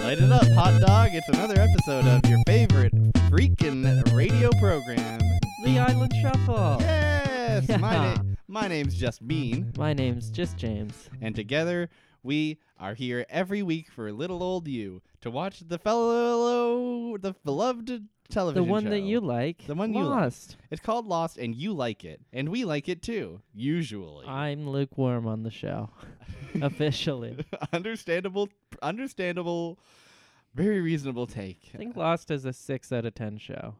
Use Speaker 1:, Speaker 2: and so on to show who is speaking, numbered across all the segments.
Speaker 1: Light it up, hot dog. It's another episode of your favorite freaking radio program.
Speaker 2: The Island Shuffle.
Speaker 1: Yes! My,
Speaker 2: Yeah.
Speaker 1: na- my name's Just Bean,
Speaker 2: My name's just James.
Speaker 1: and together we are here every week for little old you to watch the fellow, the beloved
Speaker 2: The
Speaker 1: television
Speaker 2: one that
Speaker 1: show.
Speaker 2: you like.
Speaker 1: The one you like.
Speaker 2: lost.
Speaker 1: It's called Lost, and you like it, and we like it too, usually.
Speaker 2: I'm lukewarm on the show. Officially.
Speaker 1: understandable, understandable, very reasonable take.
Speaker 2: I think Lost is a 6 out of 10 show.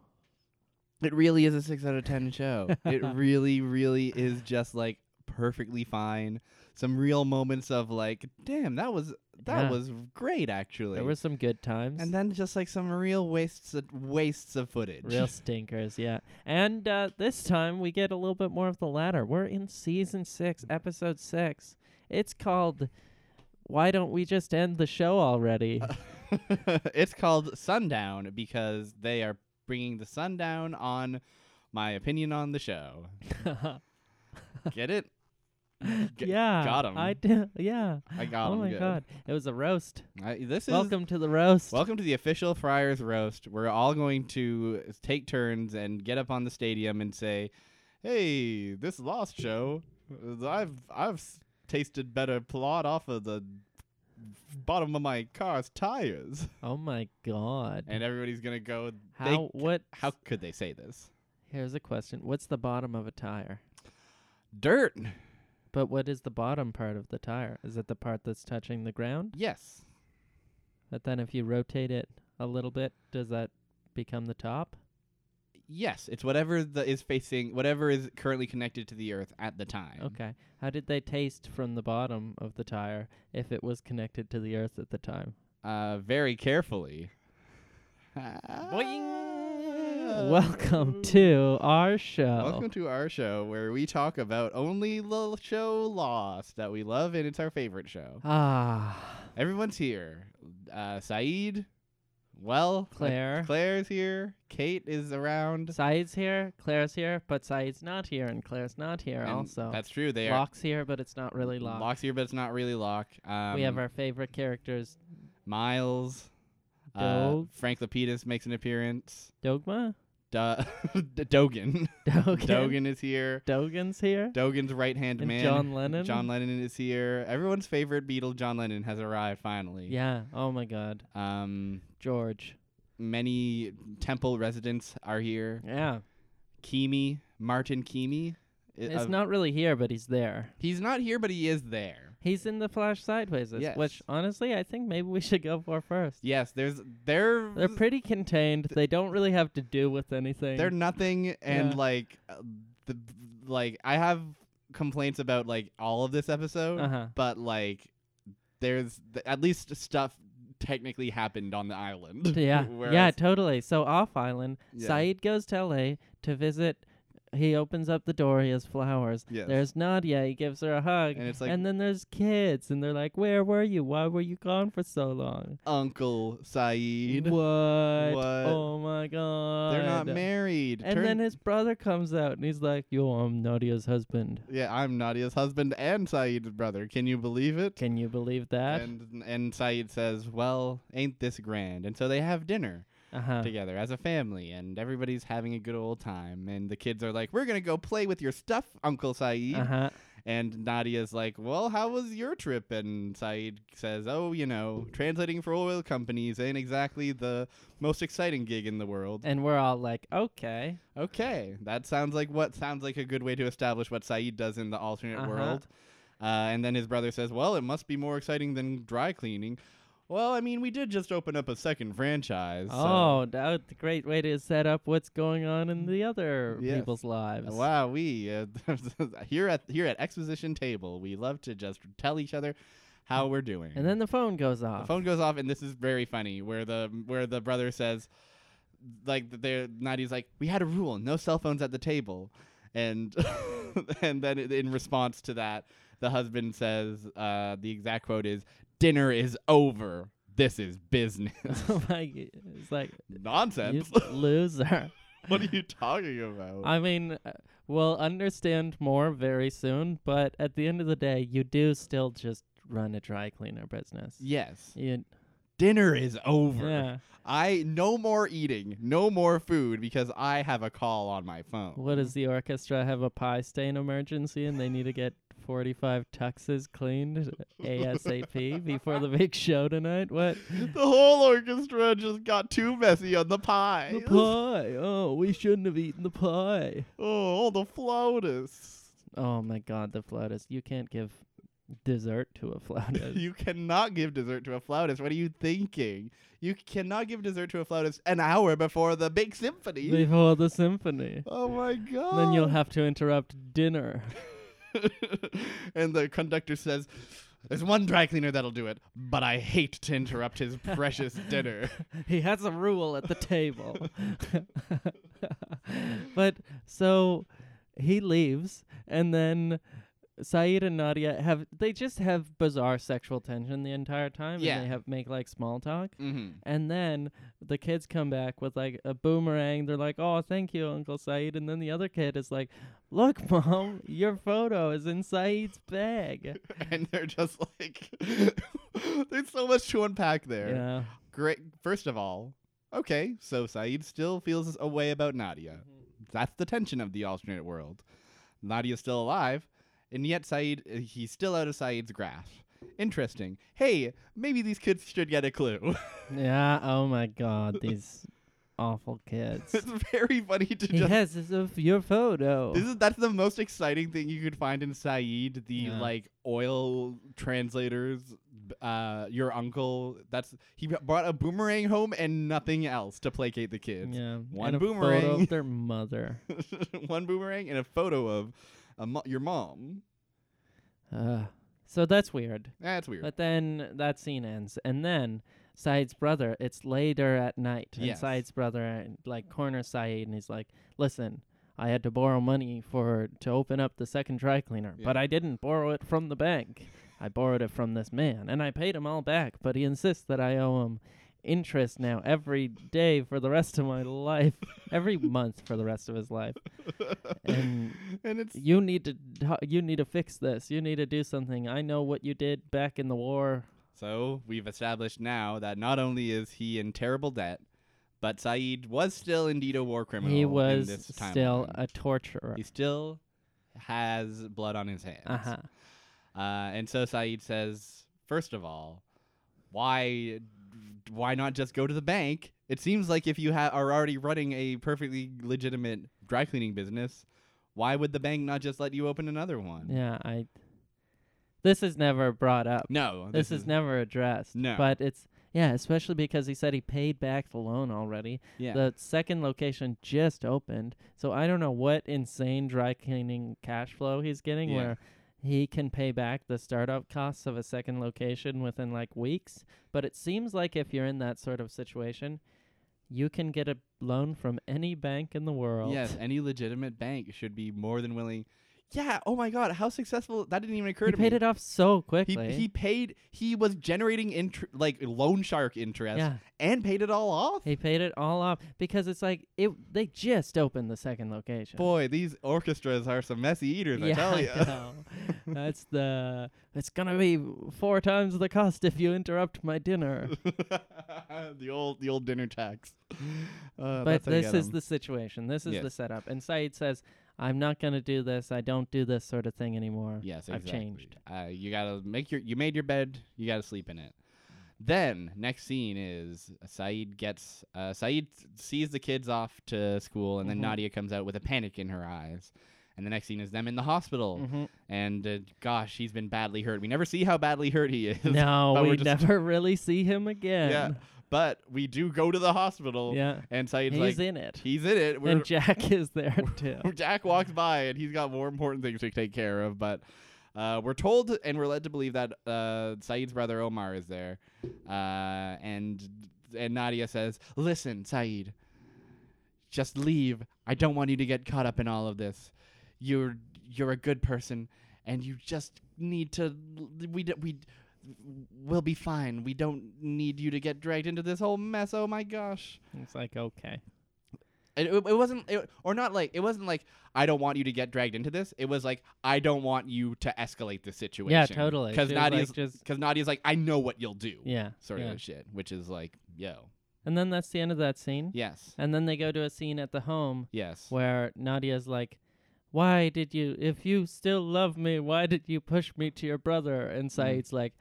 Speaker 1: It really is a six out of ten show. it really, really is just like perfectly fine. Some real moments of like, damn, that was that
Speaker 2: Yeah.
Speaker 1: was great actually.
Speaker 2: There were some good times.
Speaker 1: and then just like some real wastes of, wastes of footage.
Speaker 2: Real stinkers, yeah. And uh, this time we get a little bit more of the latter. We're in season six, episode six. It's called Why Don't We Just End the Show Already?
Speaker 1: it's called Sundown because they are bringing the sun down on my opinion on the show. Get it? G-
Speaker 2: yeah.
Speaker 1: got 'em.
Speaker 2: I do. Yeah.
Speaker 1: I got
Speaker 2: oh
Speaker 1: 'em
Speaker 2: my
Speaker 1: good.
Speaker 2: god. It was a roast.
Speaker 1: I, this is
Speaker 2: Welcome to the roast.
Speaker 1: Welcome to the official Friars Roast. We're all going to take turns and get up on the stadium and say, "Hey, this Lost show, uh, I've I've s- tasted better plot off of the bottom of my car's tires."
Speaker 2: oh my god.
Speaker 1: And everybody's gonna go,
Speaker 2: How
Speaker 1: they,
Speaker 2: what
Speaker 1: "How could they say this?
Speaker 2: here's a question. What's the bottom of a tire?
Speaker 1: Dirt."
Speaker 2: But what is the bottom part of the tire? Is it the part that's touching the ground?
Speaker 1: Yes.
Speaker 2: But then if you rotate it a little bit, does that become the top?
Speaker 1: Yes, it's whatever the, is facing, whatever is currently connected to the Earth at the time.
Speaker 2: Okay. How did they taste from the bottom of the tire if it was connected to the earth at the time?
Speaker 1: Uh, very carefully.
Speaker 2: Welcome to our show.
Speaker 1: Welcome to our show where we talk about only the show Lost that we love and it's our favorite show.
Speaker 2: Ah,
Speaker 1: Everyone's here. Uh, Saeed, well, I-
Speaker 2: Claire.
Speaker 1: Claire's here. Kate is around.
Speaker 2: Saeed's here, Claire's here, but Saeed's not here, and Claire's not here
Speaker 1: And
Speaker 2: also.
Speaker 1: That's true. They are.
Speaker 2: Locke's here, but it's not really Locke.
Speaker 1: Locke's here, but it's not really Lock. Um,
Speaker 2: we have our favorite characters.
Speaker 1: Miles. Uh,
Speaker 2: Dog.
Speaker 1: Frank Lapidus makes an appearance.
Speaker 2: Dogma?
Speaker 1: Do- D- Dogan.
Speaker 2: Dogan.
Speaker 1: Dogan is here.
Speaker 2: Dogan's here.
Speaker 1: Dogan's right hand
Speaker 2: And
Speaker 1: man.
Speaker 2: John Lennon.
Speaker 1: John Lennon is here. Everyone's favorite Beatle, John Lennon, has arrived finally.
Speaker 2: Yeah. Oh my god.
Speaker 1: Um,
Speaker 2: George.
Speaker 1: many temple residents are here.
Speaker 2: Yeah.
Speaker 1: Kimi, Martin Kimi. i-
Speaker 2: It's
Speaker 1: of-
Speaker 2: not really here, but he's there.
Speaker 1: He's not here, but he is there.
Speaker 2: He's in the Flash Sideways,
Speaker 1: Yes.
Speaker 2: which honestly I think maybe we should go for first.
Speaker 1: Yes, there's they're
Speaker 2: They're pretty contained. They don't really have to do with anything.
Speaker 1: they're nothing, and
Speaker 2: Yeah.
Speaker 1: like uh, the like I have complaints about like all of this episode,
Speaker 2: Uh-huh.
Speaker 1: but like there's th- at least stuff technically happened on the island.
Speaker 2: yeah. yeah,
Speaker 1: Whereas-
Speaker 2: totally. So off island,
Speaker 1: Yeah.
Speaker 2: Saeed goes to LA to visit he opens up the door, he has flowers.
Speaker 1: Yes.
Speaker 2: There's Nadia, he gives her a hug.
Speaker 1: And it's like-
Speaker 2: and then there's kids and they're like, Where were you? Why were you gone for so long?
Speaker 1: Uncle Saeed.
Speaker 2: What?
Speaker 1: What?
Speaker 2: Oh my god.
Speaker 1: They're not married.
Speaker 2: And
Speaker 1: Turn-
Speaker 2: then his brother comes out and he's like, Yo, I'm Nadia's husband.
Speaker 1: Yeah, I'm Nadia's husband and Saeed's brother. Can you believe it?
Speaker 2: Can you believe that?
Speaker 1: And and Saeed says, "Well, ain't this grand?" And so they have dinner
Speaker 2: Uh huh.
Speaker 1: together as a family, and everybody's having a good old time. And the kids are like, "We're gonna go play with your stuff, Uncle Saeed."
Speaker 2: Uh huh.
Speaker 1: And Nadia's like, "Well, how was your trip?" And Saeed says, "Oh, you know, translating for oil companies ain't exactly the most exciting gig in the world."
Speaker 2: And we're all like, Okay.
Speaker 1: Okay, that sounds like what sounds like a good way to establish what Saeed does in the alternate
Speaker 2: Uh-huh.
Speaker 1: world. Uh, and then his brother says, "Well, it must be more exciting than dry cleaning." Well, I mean, we did just open up a second franchise. so-
Speaker 2: Oh, that's a great way to set up what's going on in the other
Speaker 1: Yes.
Speaker 2: people's lives.
Speaker 1: Wow, we uh, here at here at Exposition Table, we love to just tell each other how we're doing.
Speaker 2: And then the phone goes
Speaker 1: the
Speaker 2: off.
Speaker 1: phone goes off, and this is very funny, where the where the brother says, like they're Nadia's like, we had a rule, no cell phones at the table, and and then in response to that, the husband says, uh, the exact quote is, "Dinner is over. This is business."
Speaker 2: Oh my g- it's like you
Speaker 1: Nonsense.
Speaker 2: loser.
Speaker 1: what are you talking about?
Speaker 2: I mean, uh, we'll understand more very soon, but at the end of the day, you do still just run a dry cleaner business.
Speaker 1: yes,
Speaker 2: You
Speaker 1: dinner is over.
Speaker 2: Yeah.
Speaker 1: I no more eating, no more food because I have a call on my phone.
Speaker 2: What does the orchestra have a pie stain emergency and they need to get 45 tuxes cleaned ASAP before the big show tonight? What?
Speaker 1: The whole orchestra just got too messy on the pie.
Speaker 2: The pie. Oh, we shouldn't have eaten the pie.
Speaker 1: Oh, all the flautus.
Speaker 2: Oh my god, the flautist. You can't give dessert to a flautist.
Speaker 1: You cannot give dessert to a flautist. What are you thinking? You cannot give dessert to a flautist an hour before the big symphony.
Speaker 2: Before the symphony.
Speaker 1: oh my god.
Speaker 2: Then you'll have to interrupt dinner.
Speaker 1: and the conductor says, "There's one dry cleaner that'll do it, but I hate to interrupt his precious dinner."
Speaker 2: he has a rule at the table. but so he leaves, and then Saeed and Nadia have they just have bizarre sexual tension the entire time,
Speaker 1: Yeah.
Speaker 2: and they have make like small talk.
Speaker 1: Mm-hmm.
Speaker 2: And then the kids come back with like a boomerang. They're like, "Oh, thank you, Uncle Saeed." And then the other kid is like, "Look, mom, your photo is in Saeed's bag."
Speaker 1: And they're just like, "There's so much to unpack there."
Speaker 2: Yeah.
Speaker 1: Great. First of all, okay, so Saeed still feels a way about Nadia. That's the tension of the alternate world. Nadia's still alive, and yet Saeed, uh, he's still out of Saeed's grasp. Interesting. Hey, maybe these kids should get a clue.
Speaker 2: Yeah. Oh my God, these awful kids.
Speaker 1: it's very funny to
Speaker 2: He
Speaker 1: just.
Speaker 2: has this of your photo.
Speaker 1: This is that's the most exciting thing you could find in Saeed, the
Speaker 2: Yeah.
Speaker 1: like oil translators. b- Uh, your uncle. That's he b- brought a boomerang home and nothing else to placate the kids.
Speaker 2: yeah,
Speaker 1: one
Speaker 2: and a photo
Speaker 1: boomerang.
Speaker 2: of their mother.
Speaker 1: one boomerang and a photo of a mo- your mom.
Speaker 2: Ugh. so that's weird.
Speaker 1: That's weird.
Speaker 2: But then that scene ends, and then Saeed's brother. It's later at night, and
Speaker 1: Yes.
Speaker 2: Saeed's brother uh, like corners Saeed, and he's like, "Listen." I had to borrow money for to open up the second dry cleaner,
Speaker 1: Yeah.
Speaker 2: but I didn't borrow it from the bank. I borrowed it from this man, and I paid him all back. But he insists that I owe him interest now every day for the rest of my life, every month for the rest of his life. And
Speaker 1: and it's
Speaker 2: you need to t- you need to fix this. You need to do something. I know what you did back in the war.
Speaker 1: so we've established now that not only is he in terrible debt, but Saeed was still indeed a war criminal.
Speaker 2: he
Speaker 1: in
Speaker 2: was
Speaker 1: this
Speaker 2: still
Speaker 1: timeline.
Speaker 2: a torturer.
Speaker 1: he still has blood on his hands.
Speaker 2: Uh huh.
Speaker 1: Uh, and so Saeed says, first of all, why why not just go to the bank? It seems like if you ha- are already running a perfectly legitimate dry cleaning business, why would the bank not just let you open another one?
Speaker 2: Yeah, I. This is never brought up.
Speaker 1: No,
Speaker 2: this, is, never addressed.
Speaker 1: No.
Speaker 2: But it's yeah, especially because he said he paid back the loan already.
Speaker 1: yeah.
Speaker 2: The second location just opened, so I don't know what insane dry cleaning cash flow he's getting
Speaker 1: Yeah.
Speaker 2: where he can pay back the startup costs of a second location within like weeks. But it seems like if you're in that sort of situation, you can get a loan from any bank in the world.
Speaker 1: Yes, any legitimate bank should be more than willing. Yeah. Oh my God, how successful! That didn't even occur
Speaker 2: He
Speaker 1: to
Speaker 2: paid
Speaker 1: me.
Speaker 2: it off so
Speaker 1: he,
Speaker 2: quickly.
Speaker 1: he paid. He was generating inter- like loan shark interest
Speaker 2: yeah.
Speaker 1: and paid it all off.
Speaker 2: He paid it all off because it's like it. They just opened the second location.
Speaker 1: Boy, these orchestras are some messy eaters. I
Speaker 2: yeah,
Speaker 1: tell
Speaker 2: I
Speaker 1: you.
Speaker 2: know. that's the. It's gonna be four times the cost if you interrupt my dinner.
Speaker 1: the old the old dinner tax. Uh,
Speaker 2: but
Speaker 1: that's how you
Speaker 2: this
Speaker 1: get
Speaker 2: is
Speaker 1: 'em.
Speaker 2: the situation. This is the
Speaker 1: Yes.
Speaker 2: setup. And Said says, "I'm not gonna do this. I don't do this sort of thing anymore."
Speaker 1: yes.
Speaker 2: I've
Speaker 1: exactly.
Speaker 2: changed.
Speaker 1: Uh, you gotta make your you made your bed. You gotta sleep in it. Then next scene is Saeed gets uh, Saeed sees the kids off to school, and then
Speaker 2: Mhm.
Speaker 1: Nadia comes out with a panic in her eyes. And the next scene is them in the hospital,
Speaker 2: Mhm.
Speaker 1: and uh, gosh, he's been badly hurt. We never see how badly hurt he is.
Speaker 2: No,
Speaker 1: But
Speaker 2: we
Speaker 1: we're just-
Speaker 2: never really see him
Speaker 1: yeah,
Speaker 2: again.
Speaker 1: but we do go to the hospital,
Speaker 2: Yeah.
Speaker 1: and Saeed's like,
Speaker 2: He's in it,
Speaker 1: he's in it. We're,
Speaker 2: and Jack is there too.
Speaker 1: Jack walks by and he's got more important things to take care of, but uh, we're told and we're led to believe that uh, Saeed's brother Omar is there, uh, and and Nadia says, "Listen, Saeed, just leave. I don't want you to get caught up in all of this. You're you're a good person, and you just need to. We d- we we'll be fine. We don't need you to get dragged into this whole mess. Oh my gosh."
Speaker 2: It's like okay.
Speaker 1: It, it, it wasn't, it, or not like it wasn't like I don't want you to get dragged into this. It was like I don't want you to escalate the situation.
Speaker 2: Yeah, totally.
Speaker 1: Because
Speaker 2: She was
Speaker 1: Nadia's
Speaker 2: like, just
Speaker 1: because Nadia's like I know what you'll do.
Speaker 2: yeah,
Speaker 1: Sort
Speaker 2: yeah.
Speaker 1: of shit, which is like yo,
Speaker 2: And then that's the end of that scene.
Speaker 1: yes,
Speaker 2: And then they go to a scene at the home
Speaker 1: yes,
Speaker 2: where Nadia's like, "Why did you? If you still love me, why did you push me to your brother?"
Speaker 1: Mm.
Speaker 2: And Said's like,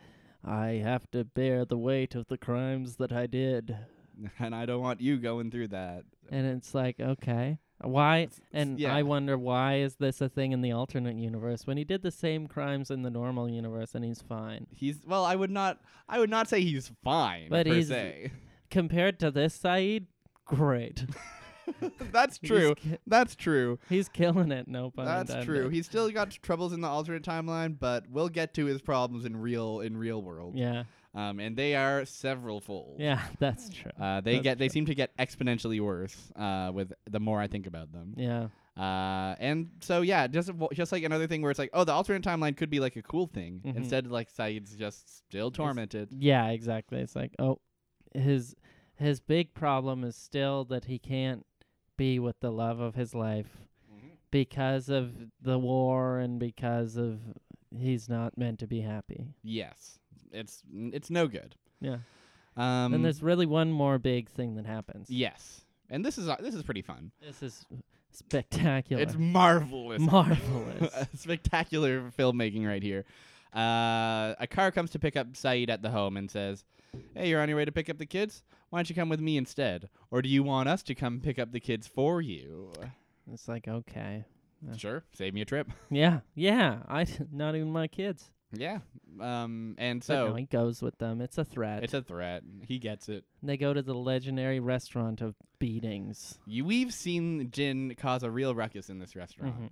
Speaker 2: "I have to bear the weight of the crimes that I did."
Speaker 1: and I don't want you going through that.
Speaker 2: And it's like, okay, why? And
Speaker 1: yeah.
Speaker 2: I wonder why is this a thing in the alternate universe when he did the same crimes in the normal universe and he's fine.
Speaker 1: He's well, I would not, I would not say he's fine
Speaker 2: But
Speaker 1: per
Speaker 2: he's-
Speaker 1: se.
Speaker 2: Compared to this Said, great.
Speaker 1: That's true.
Speaker 2: He's, ki-
Speaker 1: That's true.
Speaker 2: he's killing it. No pun
Speaker 1: That's
Speaker 2: intended.
Speaker 1: true. He's still got troubles in the alternate timeline, but we'll get to his problems in real in real world.
Speaker 2: yeah,
Speaker 1: Um, and they are several fold.
Speaker 2: yeah, that's true.
Speaker 1: Uh, they
Speaker 2: That's
Speaker 1: get they
Speaker 2: true.
Speaker 1: seem to get exponentially worse uh, with the more I think about them.
Speaker 2: yeah,
Speaker 1: Uh, and so yeah, just w- just like another thing where it's like, oh, the alternate timeline could be like a cool thing.
Speaker 2: Mhm.
Speaker 1: Instead, like Saeed's just still tormented.
Speaker 2: yeah, exactly. It's like, oh, his his big problem is still that he can't be with the love of his life
Speaker 1: Mm-hmm.
Speaker 2: because of the war and because of he's not meant to be happy.
Speaker 1: Yes, it's it's no good.
Speaker 2: Yeah.
Speaker 1: Um,
Speaker 2: and there's really one more big thing that happens.
Speaker 1: yes, and this is uh, this is pretty fun.
Speaker 2: This is spectacular.
Speaker 1: It's marvelous.
Speaker 2: marvelous.
Speaker 1: Spectacular filmmaking right here. Uh, a car comes to pick up Saeed at the home and says, Hey, you're on your way to pick up the kids? Why don't you come with me instead? Or do you want us to come pick up the kids for you?
Speaker 2: it's like okay. Yeah.
Speaker 1: Sure, save me a trip.
Speaker 2: Yeah. Yeah. I not even my kids.
Speaker 1: yeah. Um, and
Speaker 2: So
Speaker 1: so
Speaker 2: he goes with them. It's a threat.
Speaker 1: it's a threat. He gets it.
Speaker 2: they go to the legendary restaurant of beatings.
Speaker 1: You, we've seen Jin cause a real ruckus in this restaurant,
Speaker 2: Mhm.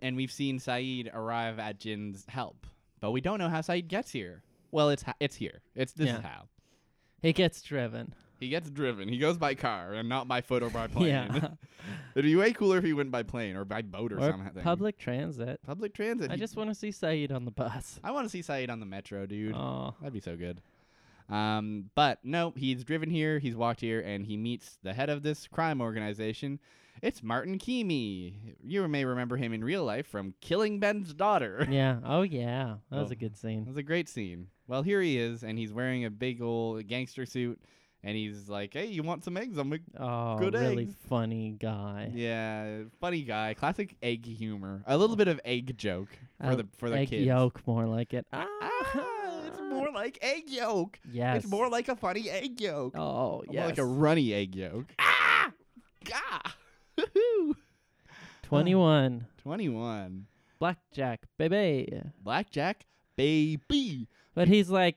Speaker 1: and we've seen Saeed arrive at Jin's help, but we don't know how Saeed gets here. Well, it's ha- it's here. It's this
Speaker 2: Yeah.
Speaker 1: is how.
Speaker 2: He gets driven.
Speaker 1: He gets driven. He goes by car and not by foot or by plane.
Speaker 2: Yeah.
Speaker 1: It'd be way cooler if he went by plane or by boat or,
Speaker 2: or
Speaker 1: something.
Speaker 2: public transit.
Speaker 1: public transit.
Speaker 2: I
Speaker 1: He-
Speaker 2: just want to see Saeed on the bus.
Speaker 1: I want to see Saeed on the metro, dude.
Speaker 2: Oh,
Speaker 1: That'd be so good. Um, but no, he's driven here. He's walked here, and he meets the head of this crime organization. It's Martin Keamy. You may remember him in real life from Killing Ben's Daughter.
Speaker 2: yeah. Oh, yeah. That was
Speaker 1: Oh.
Speaker 2: a good
Speaker 1: That
Speaker 2: scene.
Speaker 1: was a great scene. Well, here he is, and he's wearing a big old gangster suit, and he's like, "Hey, you want some eggs? I'm a
Speaker 2: Oh,
Speaker 1: Good
Speaker 2: really
Speaker 1: eggs.
Speaker 2: funny guy.
Speaker 1: Yeah, funny guy. Classic egg humor. A little bit of egg joke for
Speaker 2: Uh,
Speaker 1: the for the
Speaker 2: egg
Speaker 1: kids.
Speaker 2: yolk, more like it.
Speaker 1: Ah, it's more like egg yolk.
Speaker 2: Yes.
Speaker 1: It's more like a funny egg yolk.
Speaker 2: Oh,
Speaker 1: Or more
Speaker 2: yes.
Speaker 1: like a runny egg yolk. Ah! Gah! Woohoo!
Speaker 2: 21.
Speaker 1: 21.
Speaker 2: Blackjack, baby.
Speaker 1: Blackjack baby.
Speaker 2: But he's like,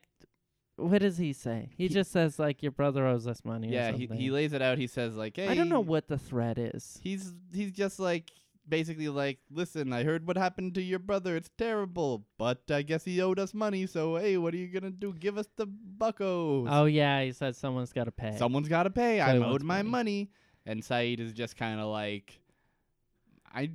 Speaker 2: what does he say? He,
Speaker 1: He-
Speaker 2: just says, like, your brother owes us money or
Speaker 1: Yeah, he,
Speaker 2: something.
Speaker 1: he lays it out. He says like, "Hey,
Speaker 2: I don't know what the threat is.
Speaker 1: He's he's just like basically like, "Listen, I heard what happened to your brother. It's terrible, but I guess he owed us money. So, hey, what are you going to do? Give us the buckos."
Speaker 2: Oh, yeah. He says someone's got to pay.
Speaker 1: Someone's got to pay.
Speaker 2: So he
Speaker 1: I'm
Speaker 2: wants
Speaker 1: owed my
Speaker 2: money.
Speaker 1: money. And Saeed is just kind of like, I,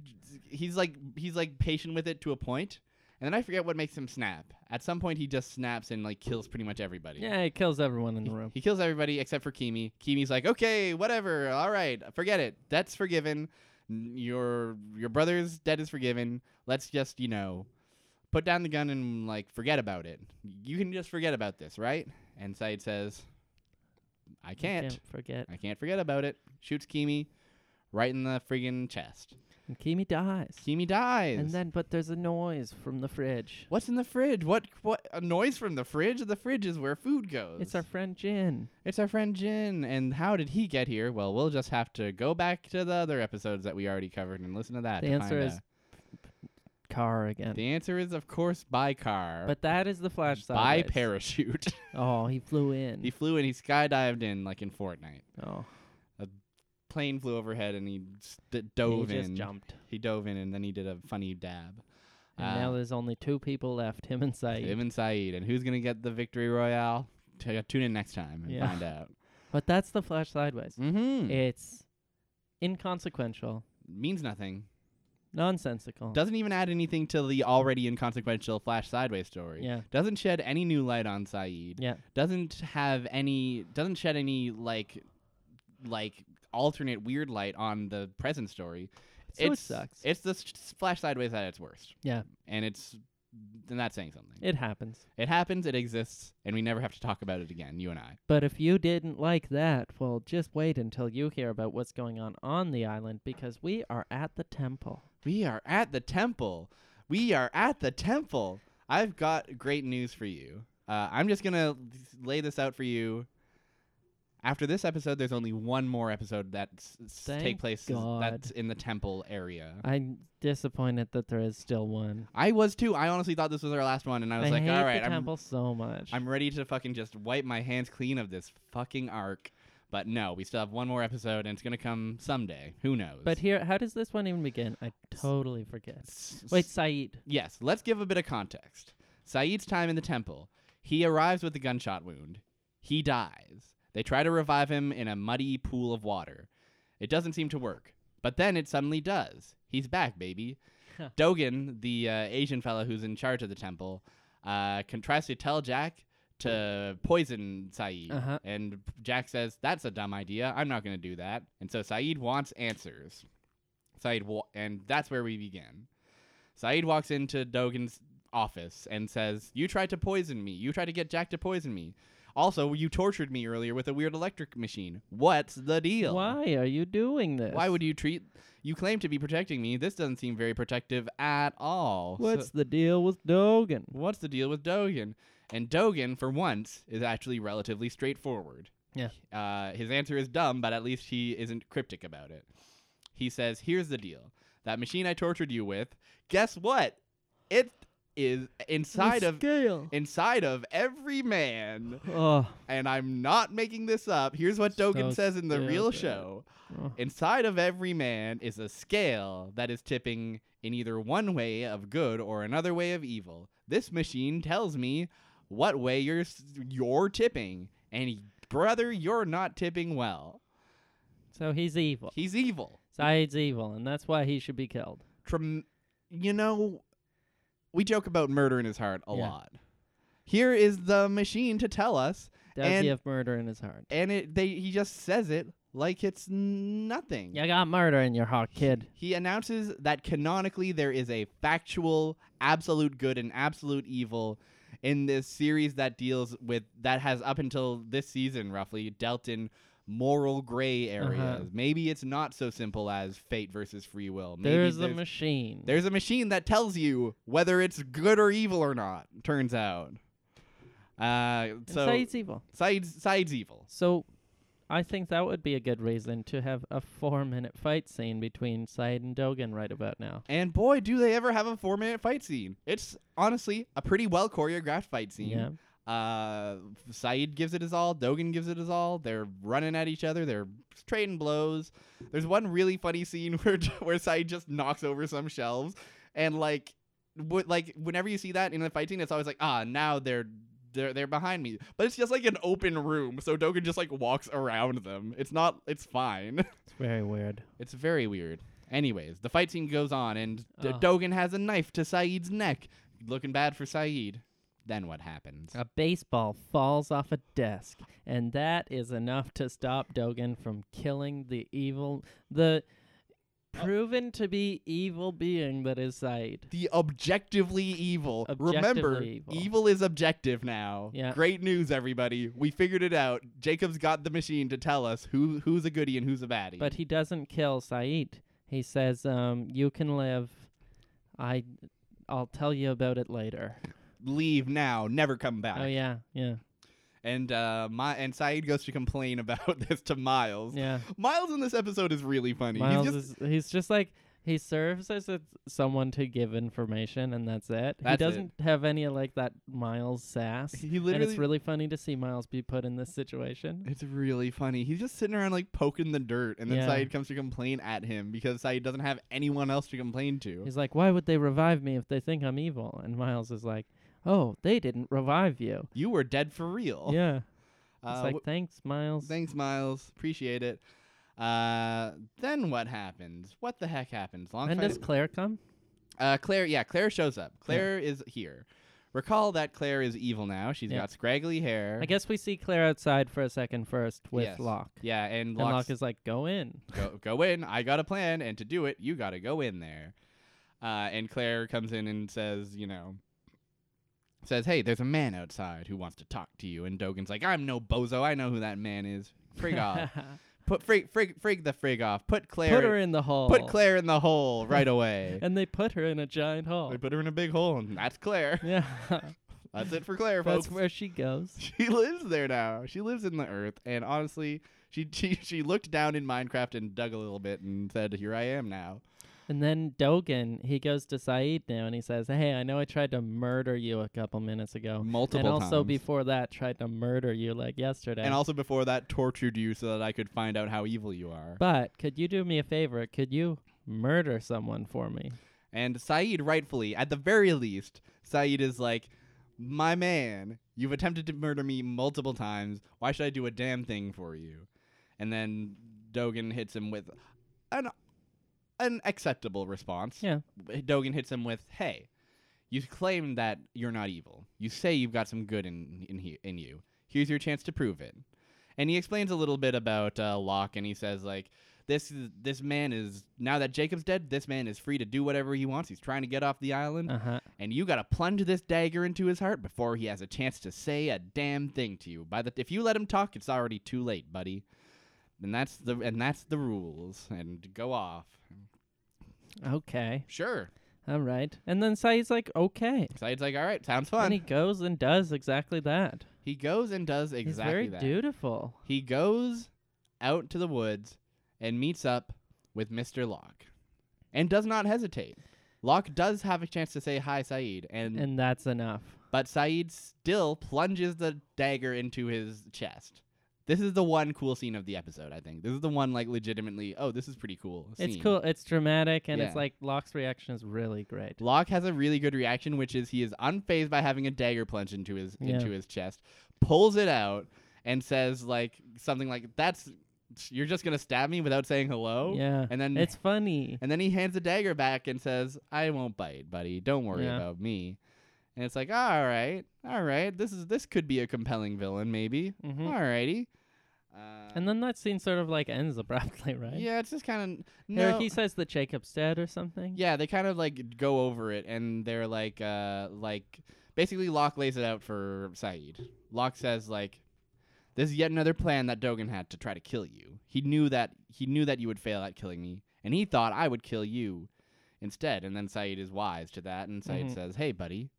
Speaker 1: he's like, he's like patient with it to a point, and then I forget what makes him snap. At some point, he just snaps and like kills pretty much everybody.
Speaker 2: yeah, he kills everyone in the room.
Speaker 1: He kills everybody except for Kimi. Kimi's like, okay, whatever, all right, forget it. That's forgiven. N- Your your brother's debt is forgiven. Let's just you know, put down the gun and like forget about it. You can just forget about this, right? And Said says, I
Speaker 2: You
Speaker 1: can't.
Speaker 2: can't forget.
Speaker 1: I can't forget about it. Shoots Kimi right in the friggin' chest.
Speaker 2: And Kimi dies.
Speaker 1: Kimi dies.
Speaker 2: And then, but there's a noise from the fridge.
Speaker 1: what's in the fridge? What what a noise from the fridge? The fridge is where food goes.
Speaker 2: It's our friend Jin.
Speaker 1: It's our friend Jin, and how did he get here? Well, we'll just have to go back to the other episodes that we already covered and listen to that.
Speaker 2: The
Speaker 1: to
Speaker 2: answer
Speaker 1: find
Speaker 2: is
Speaker 1: out.
Speaker 2: Car again.
Speaker 1: the answer is of course by car,
Speaker 2: But that is the flash
Speaker 1: by
Speaker 2: sideways.
Speaker 1: parachute.
Speaker 2: Oh, he flew in.
Speaker 1: he flew and he skydived in like in Fortnite.
Speaker 2: oh,
Speaker 1: Plane flew overhead and he st-
Speaker 2: he
Speaker 1: dove
Speaker 2: just
Speaker 1: in.
Speaker 2: jumped.
Speaker 1: He dove in and then he did a funny dab.
Speaker 2: And
Speaker 1: Uh,
Speaker 2: now there's only two people left, him and Saeed.
Speaker 1: Him and Saeed, and who's gonna get the victory royale? T- uh, tune in next time and
Speaker 2: Yeah.
Speaker 1: find out.
Speaker 2: But that's the flash sideways.
Speaker 1: Mm-hmm. It
Speaker 2: It's inconsequential,
Speaker 1: means nothing.
Speaker 2: nonsensical.
Speaker 1: Doesn't even add anything to the already inconsequential Flash Sideways story.
Speaker 2: yeah,
Speaker 1: doesn't shed any new light on Saeed.
Speaker 2: Yeah.
Speaker 1: Doesn't have any doesn't shed any like like alternate weird light on the present story.
Speaker 2: So it
Speaker 1: it's,
Speaker 2: sucks.
Speaker 1: It's the s- flash sideways at its worst.
Speaker 2: Yeah.
Speaker 1: and it's then that's saying something.
Speaker 2: It happens.
Speaker 1: It happens. It exists, and we never have to talk about it again. You and I.
Speaker 2: But if you didn't like that, well, just wait until you hear about what's going on on the island because we are at the temple.
Speaker 1: We are at the temple. We are at the temple. I've got great news for you. Uh, I'm just gonna lay this out for you. After this episode, there's only one more episode that's s- take
Speaker 2: Thank
Speaker 1: place
Speaker 2: God.
Speaker 1: that's in the temple area.
Speaker 2: I'm disappointed that there is still one.
Speaker 1: I was too. I honestly thought this was our last one, and I was like,
Speaker 2: hate
Speaker 1: all right,
Speaker 2: the
Speaker 1: I'm
Speaker 2: temple so much.
Speaker 1: I'm ready to fucking just wipe my hands clean of this fucking arc. But no, we still have one more episode, and it's gonna come someday. Who knows?
Speaker 2: but here, how does this one even begin? I totally forget.
Speaker 1: S-
Speaker 2: Wait, Saeed.
Speaker 1: Yes, let's give a bit of context. Saeed's time in the temple. He arrives with a gunshot wound. He dies. They try to revive him in a muddy pool of water. It doesn't seem to work. But then it suddenly does. He's back, baby.
Speaker 2: Huh.
Speaker 1: Dogan, the uh, Asian fella who's in charge of the temple, uh, con- tries to tell Jack to poison Saeed.
Speaker 2: Uh-huh.
Speaker 1: And Jack says, That's a dumb idea. I'm not going to do that. And so Saeed wants answers. Saeed, wa- and that's where we begin. Saeed walks into Dogan's office and says, You tried to poison me. You tried to get Jack to poison me. Also, you tortured me earlier with a weird electric machine. What's the deal?
Speaker 2: Why are you doing this?
Speaker 1: Why would you treat. You claim to be protecting me. This doesn't seem very protective at all. So-
Speaker 2: What's the deal with Dogan?
Speaker 1: what's the deal with Dogan? And Dogan, for once, is actually relatively straightforward.
Speaker 2: Yeah.
Speaker 1: Uh, his answer is dumb, but at least he isn't cryptic about it. He says, "Here's the deal. That machine I tortured you with. Guess what? It is inside of
Speaker 2: scale.
Speaker 1: inside of every man."
Speaker 2: Oh,
Speaker 1: And I'm not making this up. Here's what Dogan
Speaker 2: So
Speaker 1: says in the real
Speaker 2: stupid.
Speaker 1: show.
Speaker 2: oh.
Speaker 1: Inside of every man is a scale that is tipping in either one way of good or another way of evil. This machine tells me what way you're s- you're tipping, and brother, you're not tipping well.
Speaker 2: so he's evil.
Speaker 1: He's evil.
Speaker 2: Saeed's evil, and that's why he should be killed.
Speaker 1: Trem- you know, we joke about murder in his heart a
Speaker 2: Yeah.
Speaker 1: lot. Here is the machine to tell us,
Speaker 2: Does
Speaker 1: And-
Speaker 2: he have murder in his heart?
Speaker 1: and it they he just says it like it's nothing.
Speaker 2: You got murder in your heart, kid.
Speaker 1: He announces that canonically there is a factual, absolute good and absolute evil in this series that deals with that has up until this season roughly dealt in moral gray areas.
Speaker 2: Uh-huh.
Speaker 1: Maybe it's not so simple as fate versus free will. Maybe
Speaker 2: There's the
Speaker 1: there's,
Speaker 2: machine.
Speaker 1: there's a machine that tells you whether it's good or evil or not. Turns out. Uh,
Speaker 2: And
Speaker 1: so
Speaker 2: Saeed's evil.
Speaker 1: Saeed's, Saeed's evil.
Speaker 2: So I think that would be a good reason to have a four minute fight scene between Saeed and Dogan right about now.
Speaker 1: And boy, do they ever have a four minute fight scene. It's honestly a pretty well choreographed fight scene.
Speaker 2: Yeah.
Speaker 1: Uh, Saeed gives it his all. Dogan gives it his all. They're running at each other. They're trading blows. There's one really funny scene where where Saeed just knocks over some shelves, and like, w- like whenever you see that in a fight scene, it's always like, ah, now they're they're they're behind me. But it's just like an open room, so Dogan just like walks around them. It's not. It's fine.
Speaker 2: It's very weird.
Speaker 1: It's very weird. Anyways, the fight scene goes on, and D-
Speaker 2: Ugh.
Speaker 1: Dogan has a knife to Saeed's neck, looking bad for Saeed. Then what happens?
Speaker 2: A baseball falls off a desk, and that is enough to stop Dogan from killing the evil, the proven to be evil being that is Saeed.
Speaker 1: the objectively evil. Remember,
Speaker 2: Objectively evil.
Speaker 1: is objective now.
Speaker 2: Yeah.
Speaker 1: Great news, everybody. We figured it out. Jacob's got the machine to tell us who who's a goodie and who's a baddie.
Speaker 2: But he doesn't kill Saeed. He says, um, "You can live. I, I'll tell you about it later."
Speaker 1: leave now, never come back.
Speaker 2: Oh yeah, yeah,
Speaker 1: And uh, my and Saeed goes to complain about this to Miles.
Speaker 2: yeah.
Speaker 1: Miles in this episode is really funny.
Speaker 2: Miles
Speaker 1: He's just
Speaker 2: is he's just like he serves as a, someone to give information and that's it.
Speaker 1: That's it.
Speaker 2: he doesn't have any like that Miles sass.
Speaker 1: he
Speaker 2: and
Speaker 1: literally
Speaker 2: it's really funny to see Miles be put in this situation.
Speaker 1: It's really funny. He's just sitting around like poking the dirt, and then
Speaker 2: Yeah.
Speaker 1: Saeed comes to complain at him because Saeed doesn't have anyone else to complain to.
Speaker 2: He's like, "Why would they revive me if they think I'm evil?" And Miles is like, "Oh, they didn't revive you."
Speaker 1: You were dead for real.
Speaker 2: Yeah.
Speaker 1: Oh. Uh,
Speaker 2: it's like,
Speaker 1: wh-
Speaker 2: "Thanks, Miles."
Speaker 1: thanks, Miles. Appreciate it. Uh, then what happens? What the heck happens? Long
Speaker 2: When
Speaker 1: fight-
Speaker 2: does Claire come?
Speaker 1: uh, Claire, yeah, Claire shows up. Claire is here. Recall that Claire is evil now. She's
Speaker 2: Yeah.
Speaker 1: got scraggly hair.
Speaker 2: I guess we see Claire outside for a second first with
Speaker 1: Yes.
Speaker 2: Locke.
Speaker 1: Yeah, and
Speaker 2: and
Speaker 1: Locke's
Speaker 2: Locke is like, go in.
Speaker 1: go, go in. I got a plan, and to do it, you got to go in there. Uh, and Claire comes in and says, you know, says, hey, there's a man outside who wants to talk to you. And Dogan's like, I'm no bozo. I know who that man is. Frig off. Put frig, frig, frig the frig off. Put Uh, Claire.
Speaker 2: put her in the hole.
Speaker 1: put Claire in the hole right away.
Speaker 2: And they put her in a giant hole.
Speaker 1: They put her in a big hole, and that's Claire.
Speaker 2: Yeah.
Speaker 1: That's it for Claire, folks.
Speaker 2: That's where she goes.
Speaker 1: she lives there now. She lives in the earth, and honestly, she she she looked down in Minecraft and dug a little bit and said, "Here I am now."
Speaker 2: And then Dogan, he goes to Saeed now and he says, Hey, I know I tried to murder you a couple minutes ago.
Speaker 1: Multiple
Speaker 2: and also
Speaker 1: times.
Speaker 2: before that tried to murder you like yesterday.
Speaker 1: and also before that, tortured you so that I could find out how evil you are.
Speaker 2: but could you do me a favor? Could you murder someone for me?
Speaker 1: And Saeed, rightfully, at the very least, Saeed is like, "My man, you've attempted to murder me multiple times. Why should I do a damn thing for you?" And then Dogan hits him with an an acceptable response.
Speaker 2: Yeah.
Speaker 1: Dogan hits him with, "Hey, you claim that you're not evil. You say you've got some good in in, he- in you. Here's your chance to prove it." And he explains a little bit about uh, Locke, and he says like, "This is, this man is now that Jacob's dead. This man is free to do whatever he wants. He's trying to get off the island,
Speaker 2: Uh huh.
Speaker 1: and you got to plunge this dagger into his heart before he has a chance to say a damn thing to you. By the if you let him talk, it's already too late, buddy." And that's the and that's the rules. And go off.
Speaker 2: Okay.
Speaker 1: Sure.
Speaker 2: All right. And then Saeed's like, Okay.
Speaker 1: Saeed's like, all right, sounds fun.
Speaker 2: And he goes and does exactly that.
Speaker 1: He goes and does
Speaker 2: He's
Speaker 1: exactly
Speaker 2: very
Speaker 1: that.
Speaker 2: dutiful.
Speaker 1: He goes out to the woods and meets up with Mr. Locke and does not hesitate. Locke does have a chance to say hi, Saeed, and,
Speaker 2: And that's enough.
Speaker 1: but Saeed still plunges the dagger into his chest. This is the one cool scene of the episode, I think. This is the one like legitimately, oh, this is pretty cool.
Speaker 2: It's
Speaker 1: scene.
Speaker 2: cool. It's dramatic, and
Speaker 1: Yeah.
Speaker 2: it's like Locke's reaction is really great.
Speaker 1: Locke has a really good reaction, which is he is unfazed by having a dagger plunged into his
Speaker 2: Yeah.
Speaker 1: into his chest, pulls it out, and says like something like, "That's you're just gonna stab me without saying hello."
Speaker 2: yeah,
Speaker 1: And then
Speaker 2: it's funny.
Speaker 1: and then he hands the dagger back and says, "I won't bite, buddy. Don't worry
Speaker 2: Yeah.
Speaker 1: about me." And it's like, "All right, all right. This is this could be a compelling villain, maybe.
Speaker 2: hmm
Speaker 1: All righty." Uh,
Speaker 2: And then that scene sort of like ends abruptly, right?
Speaker 1: yeah, it's just kind of
Speaker 2: Or
Speaker 1: no.
Speaker 2: he says that Jacob's dead or something.
Speaker 1: Yeah, they kind of like go over it, and they're like, uh, like basically Locke lays it out for Saeed. Locke says like, "This is yet another plan that Dogan had to try to kill you. He knew that he knew that you would fail at killing me, and he thought I would kill you instead." And then Saeed is wise to that, and Saeed
Speaker 2: Mhm.
Speaker 1: says, "Hey, buddy,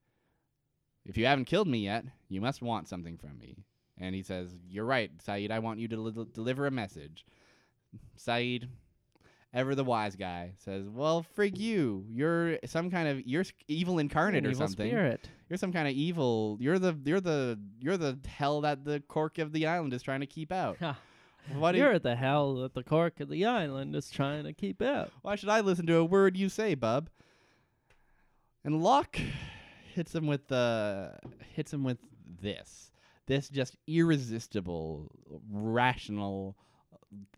Speaker 1: if you haven't killed me yet, you must want something from me." And he says, "You're right, Saeed. I want you to del- deliver a message." Saeed, ever the wise guy, says, "Well, frig you. You're some kind of you're s- evil
Speaker 2: An
Speaker 1: incarnate or
Speaker 2: evil
Speaker 1: something.
Speaker 2: spirit.
Speaker 1: You're some kind of evil. You're the you're the you're the hell that the cork of the island is trying to keep out.
Speaker 2: Ha.
Speaker 1: What
Speaker 2: Ah, You're the hell that the cork of the island is trying to keep out.
Speaker 1: Why should I listen to a word you say, bub? And Locke hits him with the hits him with this. This just irresistible, rational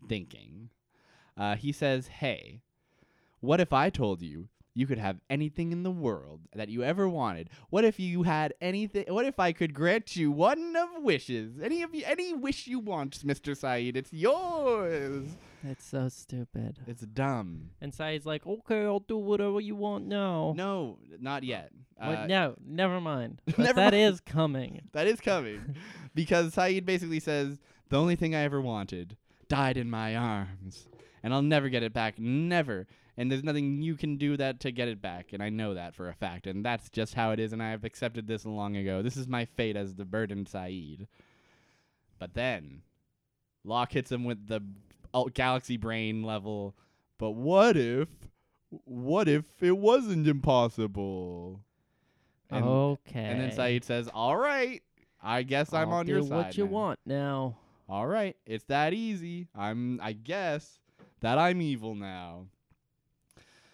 Speaker 1: thinking. Uh, he says, "Hey, what if I told you you could have anything in the world that you ever wanted? What if you had anything? What if I could grant you one of wishes? Any of you, any wish you want, Mister Saeed, it's yours.
Speaker 2: It's so stupid.
Speaker 1: It's dumb."
Speaker 2: And Saeed's like, okay, I'll do whatever you want now.
Speaker 1: No, not yet.
Speaker 2: Wait,
Speaker 1: Uh,
Speaker 2: no, never mind. But
Speaker 1: Never
Speaker 2: that
Speaker 1: mind.
Speaker 2: is coming.
Speaker 1: That is coming. because Saeed basically says, The only thing I ever wanted died in my arms. And I'll never get it back. Never. And there's nothing you can do that to get it back. And I know that for a fact. And that's just how it is. And I have accepted this long ago. This is my fate as the burden Saeed. But then Locke hits him with the ul- galaxy brain level. But what if. What if it wasn't impossible? And-
Speaker 2: okay.
Speaker 1: and then Saeed says, "All right, I guess I'm
Speaker 2: I'll
Speaker 1: on your
Speaker 2: do
Speaker 1: side."
Speaker 2: what you
Speaker 1: now.
Speaker 2: want now.
Speaker 1: All right, it's that easy. I'm, I guess, that I'm evil now.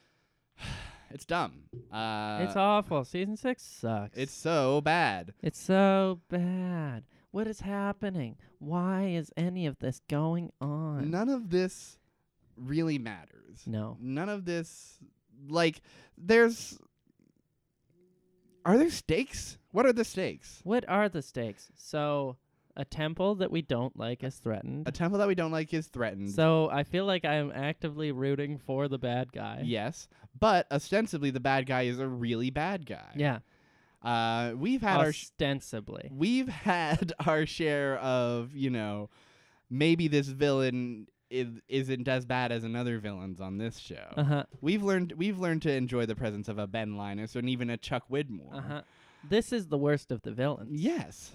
Speaker 1: it's dumb. Uh,
Speaker 2: it's awful. Season six sucks.
Speaker 1: it's so bad.
Speaker 2: It's so bad. What is happening? Why is any of this going on?
Speaker 1: None of this really matters.
Speaker 2: No.
Speaker 1: None of this, like, there's. Are there stakes? What are the stakes?
Speaker 2: What are the stakes? So, a temple that we don't like is threatened.
Speaker 1: A temple that we don't like is threatened.
Speaker 2: So, I feel like I am actively rooting for the bad guy.
Speaker 1: yes, but ostensibly the bad guy is a really bad guy.
Speaker 2: Yeah.
Speaker 1: Uh, we've had our sh-
Speaker 2: Ostensibly.
Speaker 1: we've had our share of you know maybe this villain is, isn't as bad as another villains on this show.
Speaker 2: Uh huh.
Speaker 1: We've learned we've learned to enjoy the presence of a Ben Linus and even a Chuck Widmore.
Speaker 2: Uh huh. This is the worst of the villains.
Speaker 1: Yes.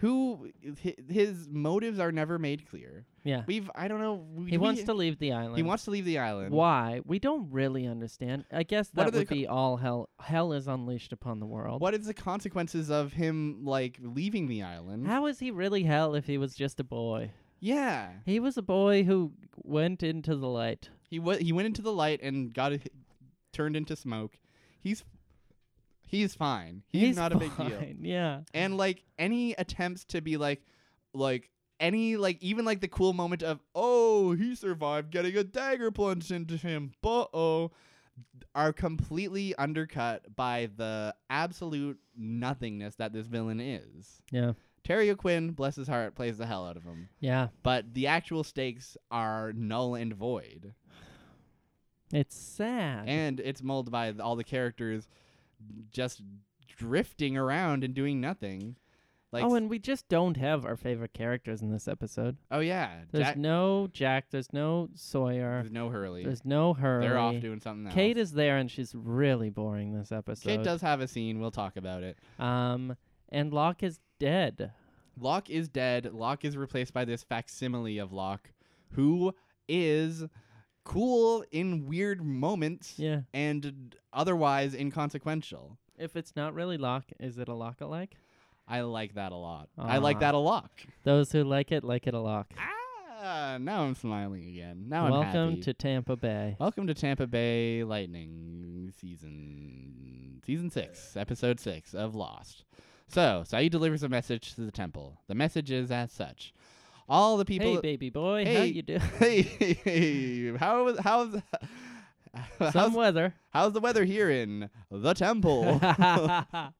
Speaker 1: Who hi- his motives are never made clear.
Speaker 2: Yeah.
Speaker 1: We've I don't know. We,
Speaker 2: He wants
Speaker 1: we-
Speaker 2: to leave the island.
Speaker 1: He wants to leave the island.
Speaker 2: Why? We don't really understand. I guess
Speaker 1: What are
Speaker 2: that
Speaker 1: the
Speaker 2: would
Speaker 1: co-
Speaker 2: be all hell. Hell is unleashed upon the world.
Speaker 1: What is the consequences of him like leaving the island?
Speaker 2: How is he really hell if he was just a boy?
Speaker 1: Yeah.
Speaker 2: He was a boy who went into the light.
Speaker 1: He wa he went into the light and got it turned into smoke. He's he's fine. He's, not a big deal.
Speaker 2: fine, Yeah.
Speaker 1: And like any attempts to be like like any like even like the cool moment of oh he survived getting a dagger plunged into him but oh are completely undercut by the absolute nothingness that this villain is.
Speaker 2: Yeah.
Speaker 1: Terry O'Quinn, bless his heart, plays the hell out of him.
Speaker 2: Yeah.
Speaker 1: But the actual stakes are null and void.
Speaker 2: It's sad.
Speaker 1: and it's mulled by th- all the characters just drifting around and doing nothing. Like,
Speaker 2: oh, and we just don't have our favorite characters in this episode.
Speaker 1: oh yeah,
Speaker 2: There's
Speaker 1: Jack-
Speaker 2: no Jack. There's no Sawyer.
Speaker 1: there's no Hurley.
Speaker 2: There's no Hurley.
Speaker 1: They're off doing something else.
Speaker 2: Kate is there, and she's really boring this episode.
Speaker 1: Kate does have a scene. We'll talk about it.
Speaker 2: Um, and Locke is dead.
Speaker 1: Locke is dead. Locke is replaced by this facsimile of Locke, who is cool in weird moments
Speaker 2: Yeah.
Speaker 1: and otherwise inconsequential.
Speaker 2: If it's not really Locke, is it a Locke alike?
Speaker 1: I like that a lot. I like
Speaker 2: Ah.
Speaker 1: that a lot.
Speaker 2: Those who like it, like it a Locke.
Speaker 1: Ah, now I'm smiling again. Now I'm happy.
Speaker 2: Welcome to Tampa Bay.
Speaker 1: Welcome to Tampa Bay Lightning season season six, episode six of Lost. So Saeed delivers a message to the temple. The message is as such: All the people.
Speaker 2: hey, baby boy, how
Speaker 1: Hey.
Speaker 2: you do?
Speaker 1: Hey, hey, hey, how is how's
Speaker 2: Some
Speaker 1: how's,
Speaker 2: weather.
Speaker 1: how's the weather here in the temple?
Speaker 2: Ah,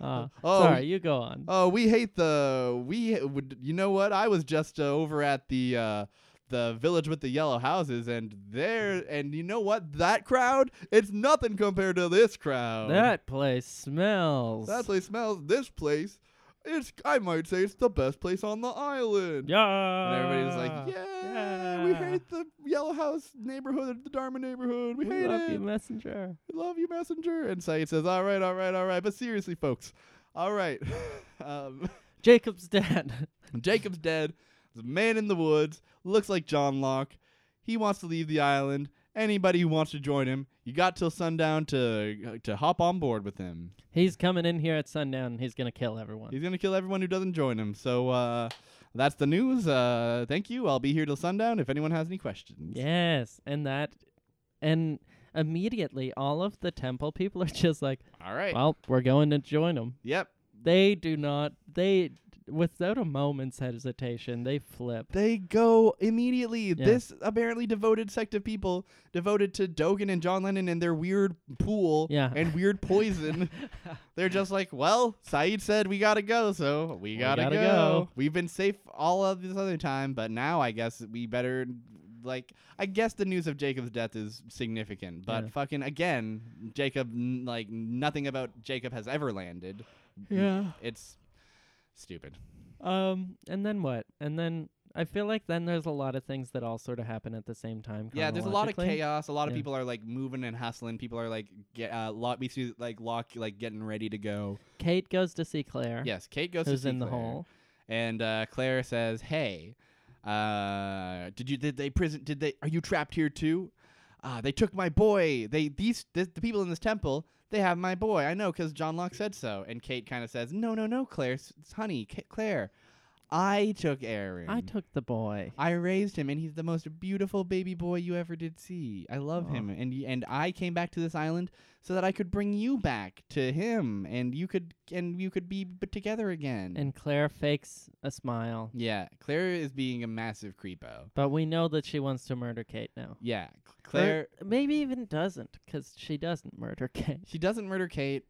Speaker 1: Oh,
Speaker 2: sorry, you go on.
Speaker 1: oh, we hate the we would. You know what? I was just uh, over at the. Uh, the village with the yellow houses and there and you know what that crowd it's nothing compared to this crowd
Speaker 2: That place smells.
Speaker 1: That place smells. This place, it's I might say it's the best place on the island.
Speaker 2: yeah.
Speaker 1: And everybody's like, yeah, we
Speaker 2: Yeah.
Speaker 1: hate the Yellow House neighborhood, the Dharma neighborhood. We,
Speaker 2: We
Speaker 1: hate
Speaker 2: love
Speaker 1: it.
Speaker 2: you, messenger.
Speaker 1: we love you, messenger. And Saeed says, all right, all right, all right. But seriously, folks, all right. um,
Speaker 2: Jacob's dead.
Speaker 1: Jacob's dead. There's a man in the woods. Looks like John Locke. He wants to leave the island. Anybody who wants to join him, you got till sundown to uh, to hop on board with him.
Speaker 2: he's coming in here at sundown. and He's gonna kill everyone.
Speaker 1: He's gonna kill everyone who doesn't join him. So uh, that's the news. Uh, thank you. I'll be here till sundown. If anyone has any questions,
Speaker 2: Yes, and that, and immediately all of the temple people are just like,
Speaker 1: All right.
Speaker 2: well, we're going to join them.
Speaker 1: yep.
Speaker 2: They do not. They without a moment's hesitation, they flip.
Speaker 1: They go immediately.
Speaker 2: Yeah.
Speaker 1: This apparently devoted sect of people, devoted to Dogan and John Lennon and their weird pool
Speaker 2: Yeah.
Speaker 1: and weird poison. They're just like, well, Saeed said we gotta go, so we gotta,
Speaker 2: gotta
Speaker 1: go.
Speaker 2: go.
Speaker 1: We've been safe all of this other time, but now I guess we better. Like, I guess the news of Jacob's death is significant, but
Speaker 2: Yeah.
Speaker 1: fucking again, Jacob, n- like nothing about Jacob has ever landed.
Speaker 2: yeah.
Speaker 1: It's stupid.
Speaker 2: Um. And then what? And then I feel like then there's a lot of things that all sort of happen at the same time.
Speaker 1: Yeah, there's a lot of
Speaker 2: chronologically.
Speaker 1: chaos. A lot of
Speaker 2: Yeah.
Speaker 1: people are like moving and hustling. People are like, get, uh, lot we see like Locke like getting ready to go.
Speaker 2: Kate goes to see Claire.
Speaker 1: Yes, Kate goes
Speaker 2: Who's
Speaker 1: to see
Speaker 2: in the
Speaker 1: Claire.
Speaker 2: hole?
Speaker 1: and uh, Claire says, "Hey, uh, did you did they prison did they are you trapped here too? Uh, they took my boy. They these th- the people in this temple they have my boy. I know because John Locke said so." And Kate kind of says, "No, no, no, Claire, s- it's honey, Ca Claire, I took Aaron.
Speaker 2: I took the boy.
Speaker 1: I raised him, and he's the most beautiful baby boy you ever did see. I love
Speaker 2: Aw.
Speaker 1: him, and y- and I came back to this island so that I could bring you back to him, and you could and you could be b- together again."
Speaker 2: And Claire fakes a smile,
Speaker 1: Yeah, Claire is being a massive creepo.
Speaker 2: but we know that she wants to murder Kate now.
Speaker 1: Yeah, C-
Speaker 2: Or
Speaker 1: Claire.
Speaker 2: maybe even doesn't, 'cause she doesn't murder Kate.
Speaker 1: She doesn't murder Kate.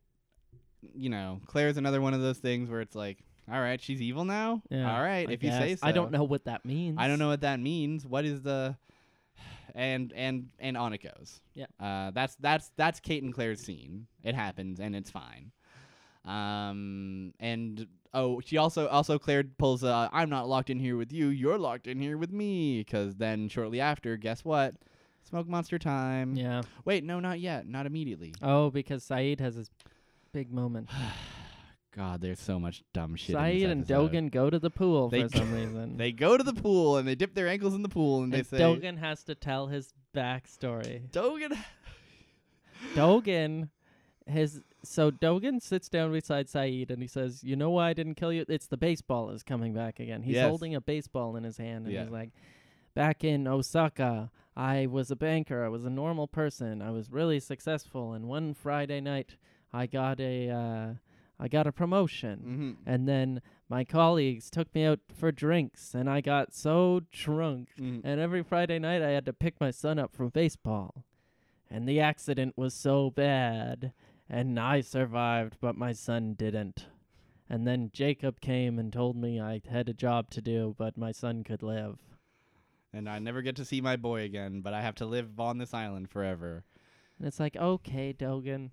Speaker 1: you know, Claire's another one of those things where it's like, all right, she's evil now.
Speaker 2: Yeah,
Speaker 1: all right,
Speaker 2: I
Speaker 1: if you say
Speaker 2: guess.
Speaker 1: so.
Speaker 2: I don't know what that means.
Speaker 1: I don't know what that means. What is the and and and on it goes.
Speaker 2: Yeah.
Speaker 1: Uh, that's that's that's Kate and Claire's scene. It happens and it's fine. Um and oh she also also Claire pulls uh I'm not locked in here with you. You're locked in here with me because then shortly after, guess what? Smoke monster time.
Speaker 2: Yeah.
Speaker 1: Wait, no, not yet. Not immediately.
Speaker 2: Oh, because Saeed has his big moment.
Speaker 1: God, there's so much dumb shit. in this
Speaker 2: Saeed and
Speaker 1: episode.
Speaker 2: Dogan go to the pool
Speaker 1: They
Speaker 2: for
Speaker 1: g-
Speaker 2: some reason.
Speaker 1: They go to the pool and they dip their ankles in the pool and,
Speaker 2: and
Speaker 1: they say
Speaker 2: Dogan has to tell his backstory.
Speaker 1: Dogan
Speaker 2: Dogan his so Dogan sits down beside Saeed and he says, You know why I didn't kill you? It's the baseball is coming back again. He's
Speaker 1: Yes.
Speaker 2: holding a baseball in his hand and
Speaker 1: Yeah.
Speaker 2: he's like, Back in Osaka, I was a banker, I was a normal person, I was really successful, and one Friday night I got a uh, I got a promotion.
Speaker 1: Mhm.
Speaker 2: And then my colleagues took me out for drinks, and I got so drunk.
Speaker 1: Mhm.
Speaker 2: And every Friday night, I had to pick my son up from baseball. And the accident was so bad. And I survived, but my son didn't. And then Jacob came and told me I had a job to do, but my son could live.
Speaker 1: and I never get to see my boy again, but I have to live on this island forever.
Speaker 2: And it's like, okay, Dogan,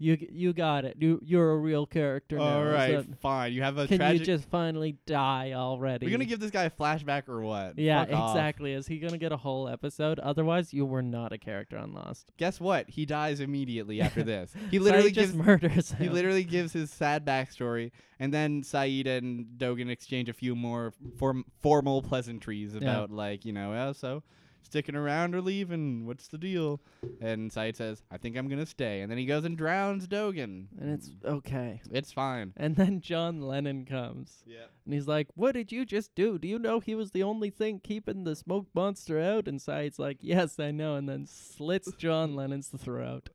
Speaker 2: you g- you got it. You you're a real character now.
Speaker 1: All right,
Speaker 2: so
Speaker 1: fine. You have a
Speaker 2: can
Speaker 1: tragic.
Speaker 2: you just finally die already?
Speaker 1: We're gonna give this guy a flashback or what?
Speaker 2: Yeah,
Speaker 1: Fuck off.
Speaker 2: exactly. Is he gonna get a whole episode? Otherwise, you were not a character on Lost.
Speaker 1: Guess what? He dies immediately after this. He
Speaker 2: Saeed
Speaker 1: literally
Speaker 2: just
Speaker 1: gives.
Speaker 2: murders him.
Speaker 1: He literally gives his sad backstory, and then Saeed and Dogan exchange a few more form- formal pleasantries about, like, you know, oh, so sticking around or leaving? What's the deal? And Saeed says, I think I'm going to stay. And then he goes and drowns Dogan.
Speaker 2: and it's okay.
Speaker 1: It's fine.
Speaker 2: And then John Lennon comes,
Speaker 1: Yeah.
Speaker 2: and he's like, "What did you just do? Do you know he was the only thing keeping the smoke monster out?" And Saeed's like, "Yes, I know," and then slits John Lennon's throat.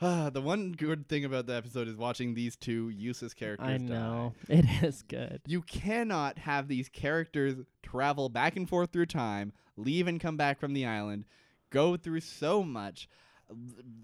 Speaker 1: Ah, the one good thing about the episode is watching these two useless characters.
Speaker 2: I
Speaker 1: die.
Speaker 2: know it is good.
Speaker 1: You cannot have these characters travel back and forth through time, leave and come back from the island, go through so much, l-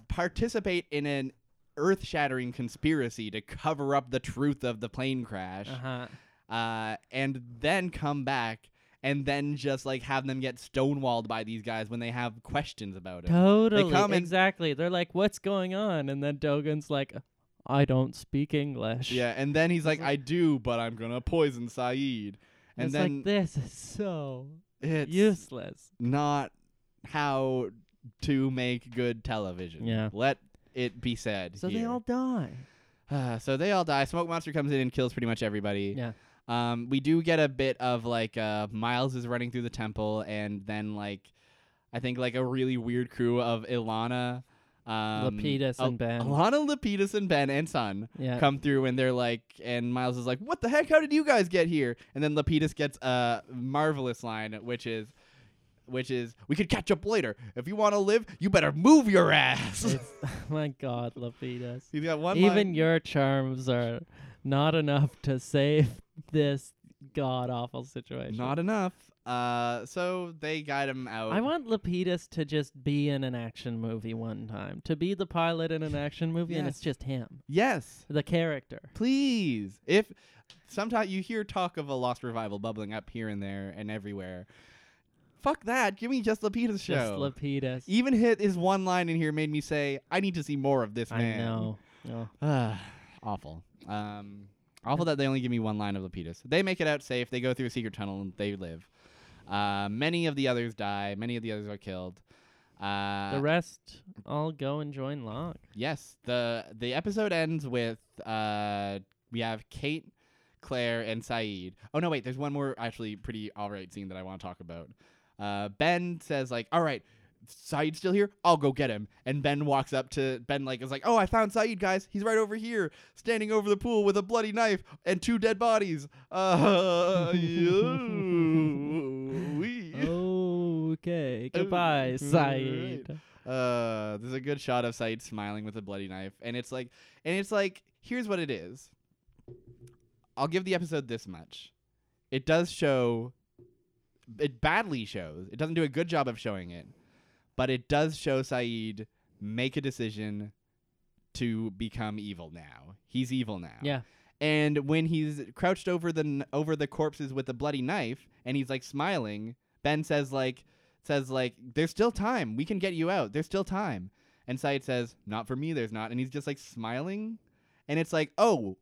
Speaker 1: participate in an earth-shattering conspiracy to cover up the truth of the plane crash,
Speaker 2: Uh huh.
Speaker 1: uh, and then come back and then just like have them get stonewalled by these guys when they have questions about it.
Speaker 2: Totally.
Speaker 1: come and-
Speaker 2: exactly. They're like, "What's going on?" And then Dogan's like, "I don't speak English."
Speaker 1: Yeah, and then he's like, I do, but I'm gonna poison Saeed. And
Speaker 2: it's
Speaker 1: then
Speaker 2: like this is so
Speaker 1: it's
Speaker 2: useless.
Speaker 1: not how to make good television.
Speaker 2: Yeah.
Speaker 1: Let it be said.
Speaker 2: So they
Speaker 1: here.
Speaker 2: all die.
Speaker 1: Ah, so they all die. Smoke Monster comes in and kills pretty much everybody.
Speaker 2: Yeah.
Speaker 1: Um, we do get a bit of like uh, Miles is running through the temple, and then like I think like a really weird crew of Ilana, um,
Speaker 2: Lapidus
Speaker 1: Al-
Speaker 2: and Ben.
Speaker 1: Ilana Lapidus and Ben and Son
Speaker 2: Yeah.
Speaker 1: come through and they're like and Miles is like, "What the heck? How did you guys get here?" And then Lapidus gets a marvelous line which is which is, "We could catch up later. If you want to live, you better move your ass."
Speaker 2: It's, my God, Lapidus.
Speaker 1: He's got one
Speaker 2: Even
Speaker 1: line.
Speaker 2: your charms are not enough to save this god awful situation.
Speaker 1: not enough. Uh so they guide him out.
Speaker 2: I want Lapidus to just be in an action movie one time, to be the pilot in an action movie, and it's
Speaker 1: Yes.
Speaker 2: just him,
Speaker 1: yes,
Speaker 2: the character.
Speaker 1: please. If sometimes you hear talk of a lost revival bubbling up here and there and everywhere. Fuck that. Give me just Lapidus show.
Speaker 2: Just Lapidus.
Speaker 1: Even hit his one line in here made me say, I need to see more of this
Speaker 2: I
Speaker 1: man.
Speaker 2: know. Oh.
Speaker 1: Ah, awful. Um, awful that they only give me one line of Lapidus. They make it out safe. They go through a secret tunnel and they live. Uh, many of the others die. Many of the others are killed. Uh,
Speaker 2: the rest all go and join Locke.
Speaker 1: yes, the the episode ends with uh, we have Kate, Claire, and Saeed. Oh no, wait. There's one more actually pretty all right scene that I want to talk about. Uh, ben says like, all right. Saeed's still here. I'll go get him. And Ben walks up to Ben, like is like, "Oh, I found Saeed, guys. He's right over here, standing over the pool with a bloody knife and two dead bodies." Uh, yo, wee.
Speaker 2: Oh, okay. Goodbye,
Speaker 1: Alright.
Speaker 2: Saeed.
Speaker 1: Uh, there's a good shot of Said smiling with a bloody knife, and it's like, and it's like, here's what it is. I'll give the episode this much. It does show, it badly shows. It doesn't do a good job of showing it, but it does show Said make a decision to become evil now. He's evil now.
Speaker 2: Yeah.
Speaker 1: And when he's crouched over the kn- over the corpses with a bloody knife, and he's like smiling, Ben says like says like there's still time. We can get you out. There's still time. And Said says not for me. There's not. And he's just like smiling, and it's like oh,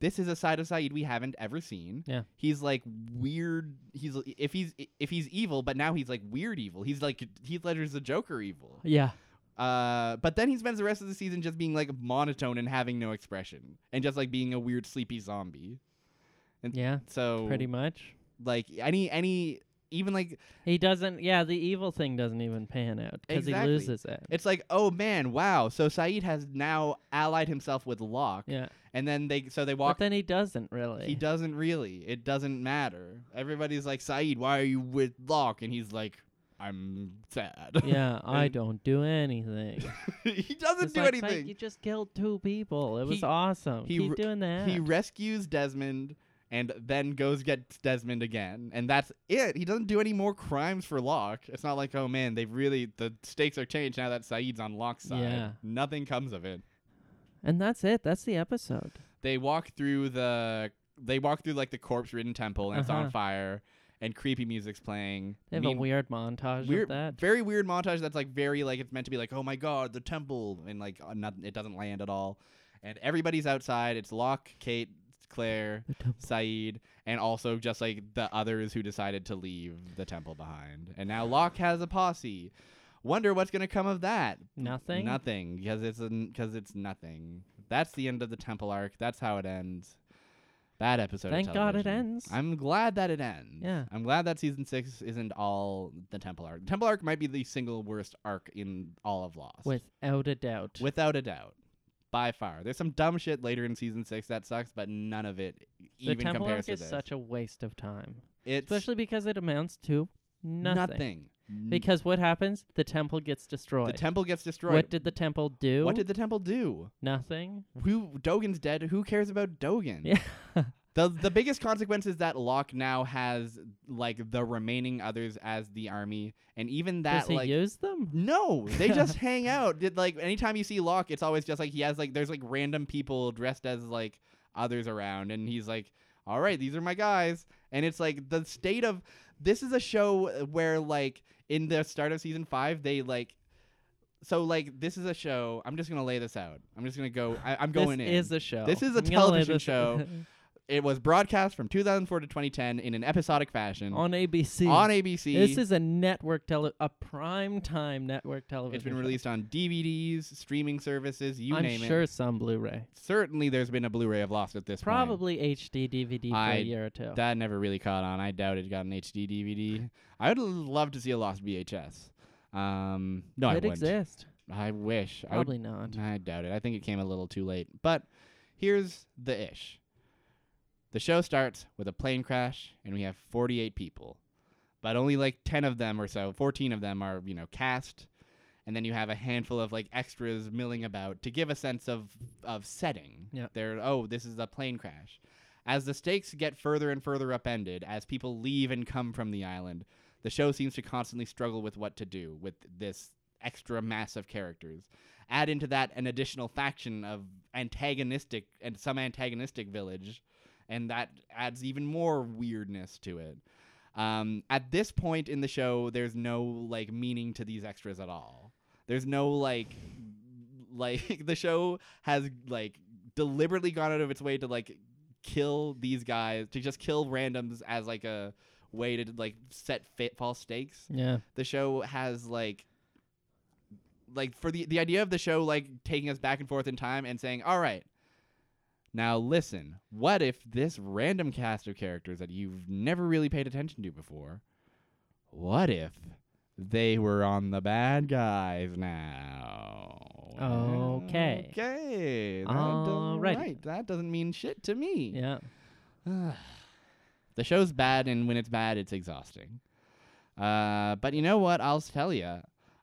Speaker 1: this is a side of Said we haven't ever seen.
Speaker 2: Yeah.
Speaker 1: He's like weird. He's if he's if he's evil, but now he's like weird evil. He's like Heath Ledger's the Joker evil.
Speaker 2: Yeah.
Speaker 1: Uh, but then he spends the rest of the season just being like monotone and having no expression and just like being a weird sleepy zombie.
Speaker 2: Yeah.
Speaker 1: So
Speaker 2: Pretty much.
Speaker 1: like any any even like
Speaker 2: He doesn't. Yeah, the evil thing doesn't even pan out because
Speaker 1: Exactly.
Speaker 2: he loses it.
Speaker 1: it's like oh man wow so Saeed has now allied himself with Locke
Speaker 2: yeah,
Speaker 1: and then they so they
Speaker 2: but
Speaker 1: walk
Speaker 2: then he doesn't really.
Speaker 1: he doesn't really it doesn't matter everybody's like Saeed why are you with Locke and he's like I'm sad
Speaker 2: Yeah, I
Speaker 1: And-
Speaker 2: don't do anything.
Speaker 1: he doesn't
Speaker 2: It's
Speaker 1: do
Speaker 2: like, "Psych,
Speaker 1: anything
Speaker 2: you just killed two people. It was
Speaker 1: He-
Speaker 2: awesome.
Speaker 1: he
Speaker 2: Keep
Speaker 1: re-
Speaker 2: doing that.
Speaker 1: He rescues Desmond and then goes get Desmond again, and that's it. He doesn't do any more crimes for Locke. It's not like, oh man, they've really the stakes are changed now that Saeed's on Locke's side.
Speaker 2: Yeah.
Speaker 1: Nothing comes of it.
Speaker 2: and that's it. That's the episode.
Speaker 1: They walk through the they walk through like the corpse ridden temple and it's on
Speaker 2: Uh-huh.
Speaker 1: fire and creepy music's playing.
Speaker 2: They have
Speaker 1: Mean-
Speaker 2: a weird montage
Speaker 1: weird-
Speaker 2: of that.
Speaker 1: very weird montage that's like very like it's meant to be like oh my god the temple and like uh, nothing it doesn't land at all and everybody's outside it's Locke Kate Claire
Speaker 2: The temple.
Speaker 1: Saeed and also just like the others who decided to leave the temple behind and now Locke has a posse wonder what's gonna come of that
Speaker 2: Nothing.
Speaker 1: nothing because it's because it's nothing that's the end of the temple arc that's how it ends bad episode of
Speaker 2: Thank God it
Speaker 1: television.
Speaker 2: ends.
Speaker 1: I'm glad that it ends.
Speaker 2: Yeah.
Speaker 1: I'm glad that season six isn't all the Temple arc. Temple arc might be the single worst arc in all of Lost.
Speaker 2: Without a doubt.
Speaker 1: Without a doubt. By far. There's some dumb shit later in season six that sucks, but none of it
Speaker 2: the
Speaker 1: even
Speaker 2: temple
Speaker 1: compares
Speaker 2: arc
Speaker 1: to
Speaker 2: is
Speaker 1: this.
Speaker 2: such a waste of time,
Speaker 1: it's
Speaker 2: especially because it amounts to nothing.
Speaker 1: nothing. N-
Speaker 2: Because what happens? The temple gets
Speaker 1: the
Speaker 2: destroyed.
Speaker 1: temple gets destroyed.
Speaker 2: What did the temple do?
Speaker 1: What did the temple do?
Speaker 2: Nothing.
Speaker 1: Who Dogan's dead. Who cares about Dogan?
Speaker 2: Yeah.
Speaker 1: The the biggest consequence is that Locke now has like the remaining others as the army. And even that
Speaker 2: Does he
Speaker 1: like
Speaker 2: use them?
Speaker 1: No, they just hang out. Did like anytime you see Locke, it's always just like he has like there's like random people dressed as like others around, and he's like, "All right, these are my guys." And it's like the state of this is a show where like in the start of season five, they like so like this is a show. I'm just gonna lay this out. I'm just gonna go. I, I'm going
Speaker 2: this
Speaker 1: in.
Speaker 2: is a show.
Speaker 1: This is a
Speaker 2: I'm gonna lay
Speaker 1: television
Speaker 2: this-
Speaker 1: show. it was broadcast from 2004 to 2010 in an episodic fashion
Speaker 2: on ABC.
Speaker 1: on ABC.
Speaker 2: This is a network tele, a prime time network television.
Speaker 1: it's been
Speaker 2: show.
Speaker 1: released on DVDs, streaming services, you
Speaker 2: I'm
Speaker 1: name it.
Speaker 2: sure some Blu-ray,
Speaker 1: certainly there's been a Blu-ray of Lost at this point.
Speaker 2: probably HD DVD for
Speaker 1: I-
Speaker 2: a year or two.
Speaker 1: That never really caught on. I doubt it got an HD DVD. I would love to see a Lost VHS. Um, no, I
Speaker 2: Could
Speaker 1: wouldn't.
Speaker 2: exist.
Speaker 1: I wish. I, would,
Speaker 2: Probably not.
Speaker 1: I doubt it. I think it came a little too late. But here's the ish. The show starts with a plane crash, and we have 48 people, but only like 10 of them or so, 14 of them are you know cast, and then you have a handful of like extras milling about to give a sense of of setting.
Speaker 2: Yeah.
Speaker 1: They're oh, this is a plane crash. As the stakes get further and further upended, as people leave and come from the island, the show seems to constantly struggle with what to do with this extra mass of characters. Add into that an additional faction of antagonistic and some antagonistic village, and that adds even more weirdness to it. Um, at this point in the show, there's no like meaning to these extras at all. There's no like like the show has like deliberately gone out of its way to like kill these guys to just kill randoms as like a way to like set fit false stakes
Speaker 2: Yeah.
Speaker 1: the show has like like for the the idea of the show like taking us back and forth in time and saying all right now listen what if this random cast of characters that you've never really paid attention to before what if they were on the bad guys now
Speaker 2: Okay.
Speaker 1: okay that,
Speaker 2: Alrighty.
Speaker 1: right. that doesn't mean shit to me
Speaker 2: Yeah.
Speaker 1: the show's bad, and when it's bad, it's exhausting. Uh, but you know what? I'll tell you.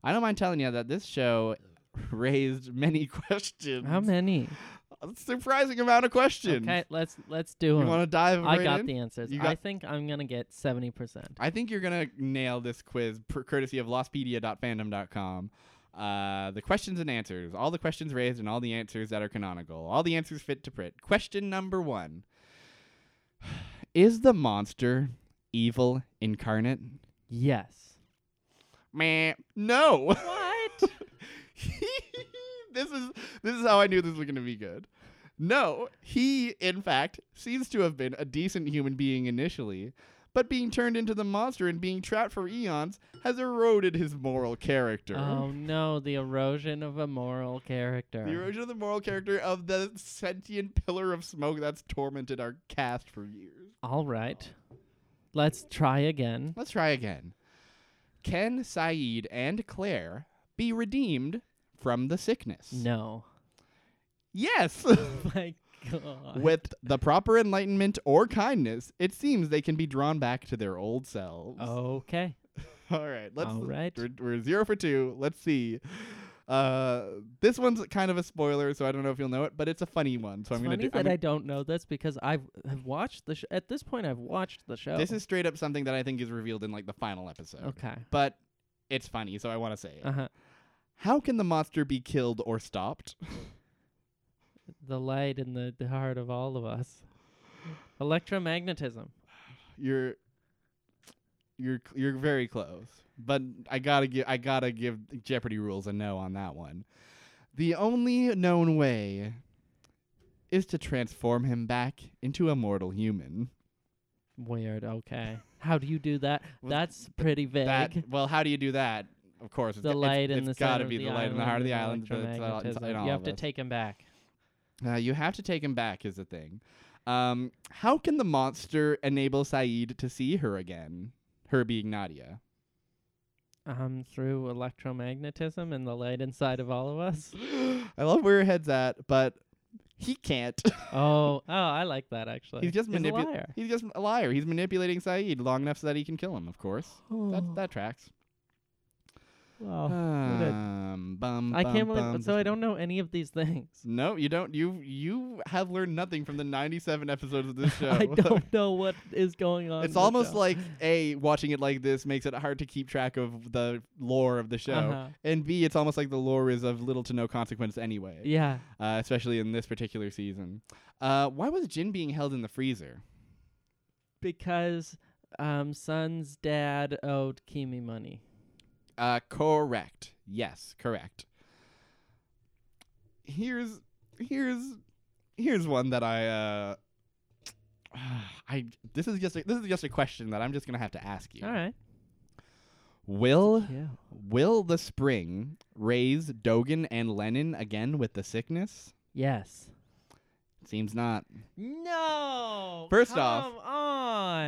Speaker 1: I don't mind telling you that this show raised many questions.
Speaker 2: How many?
Speaker 1: A surprising amount of questions.
Speaker 2: Okay, let's let's do
Speaker 1: You
Speaker 2: them.
Speaker 1: want to dive right
Speaker 2: I got
Speaker 1: in?
Speaker 2: the answers.
Speaker 1: You
Speaker 2: I
Speaker 1: got-
Speaker 2: think I'm gonna get seventy percent.
Speaker 1: I think you're gonna nail this quiz, per- courtesy of Lostpedia.fandom.com. Uh, the questions and answers, all the questions raised and all the answers that are canonical, all the answers fit to print. Question number one Is the monster evil incarnate?
Speaker 2: Yes.
Speaker 1: Meh, no.
Speaker 2: What?
Speaker 1: this is this is how I knew this was gonna be good. No, he in fact seems to have been a decent human being initially, but being turned into the monster and being trapped for eons has eroded his moral character.
Speaker 2: oh no, the erosion of a moral character.
Speaker 1: The erosion of the moral character of the sentient pillar of smoke that's tormented our cast for years.
Speaker 2: All right. Let's try again.
Speaker 1: Let's try again. Can Saeed and Claire be redeemed from the sickness?
Speaker 2: No.
Speaker 1: Yes.
Speaker 2: My god.
Speaker 1: With the proper enlightenment or kindness, it seems they can be drawn back to their old selves.
Speaker 2: Okay.
Speaker 1: All right. Let's
Speaker 2: Oh. All right.
Speaker 1: We're, we're zero for two. Let's see. Uh, this one's kind of a spoiler, so I don't know if you'll know it, but it's a funny one. So
Speaker 2: it's
Speaker 1: I'm gonna
Speaker 2: funny
Speaker 1: do. I'm
Speaker 2: that
Speaker 1: gonna-
Speaker 2: I don't know this because I've have watched the sh- at this point I've watched the show.
Speaker 1: This is straight up something that I think is revealed in like the final episode.
Speaker 2: okay.
Speaker 1: But it's funny, so I want to say it.
Speaker 2: Uh huh.
Speaker 1: How can the monster be killed or stopped?
Speaker 2: The light in the, the heart of all of us. Electromagnetism.
Speaker 1: You're you're cl- you're very close, but I gotta give I gotta give Jeopardy rules a no on that one. The only known way is to transform him back into a mortal human.
Speaker 2: Weird. Okay. How do you do that?
Speaker 1: Well,
Speaker 2: That's pretty vague.
Speaker 1: That well, how do you do that? Of course, it's,
Speaker 2: the
Speaker 1: it's-
Speaker 2: light in the
Speaker 1: it's gotta
Speaker 2: center
Speaker 1: be
Speaker 2: of
Speaker 1: the light in the heart of the island. but it's all- it's
Speaker 2: electromagnetism.
Speaker 1: in all
Speaker 2: you have
Speaker 1: of
Speaker 2: to
Speaker 1: us.
Speaker 2: take him back.
Speaker 1: Uh, you have to take him back is the thing. Um, how can the monster enable Saeed to see her again? Her being Nadia.
Speaker 2: Um, through electromagnetism and the light inside of all of us.
Speaker 1: I love where your head's at, but he can't.
Speaker 2: oh, oh, I like that actually.
Speaker 1: he's just
Speaker 2: He's a
Speaker 1: manipulating.
Speaker 2: liar.
Speaker 1: He's just a liar. He's manipulating Saeed long enough so that he can kill him. Of course, that that tracks.
Speaker 2: Wow. Oh, good.
Speaker 1: um, bum,
Speaker 2: I can't
Speaker 1: bum,
Speaker 2: believe.
Speaker 1: bum.
Speaker 2: so I don't know any of these things.
Speaker 1: No, you don't. You you have learned nothing from the 97 episodes of this show.
Speaker 2: I don't know what is going on. in
Speaker 1: It's
Speaker 2: the
Speaker 1: almost
Speaker 2: show.
Speaker 1: like a watching it like this makes it hard to keep track of the lore of the show,
Speaker 2: Uh-huh.
Speaker 1: and b it's almost like the lore is of little to no consequence anyway,
Speaker 2: Yeah.
Speaker 1: uh, especially in this particular season. Uh, why was Jin being held in the freezer?
Speaker 2: because um son's dad owed Kimi money.
Speaker 1: Uh, correct. Yes, correct. Here's here's here's one that I uh, I this is just a, this is just a question that I'm just gonna have to ask you.
Speaker 2: All right.
Speaker 1: Will
Speaker 2: Yeah.
Speaker 1: Will the spring raise Dogan and Lennon again with the sickness?
Speaker 2: Yes.
Speaker 1: Seems not.
Speaker 2: No.
Speaker 1: First
Speaker 2: come
Speaker 1: off-
Speaker 2: on.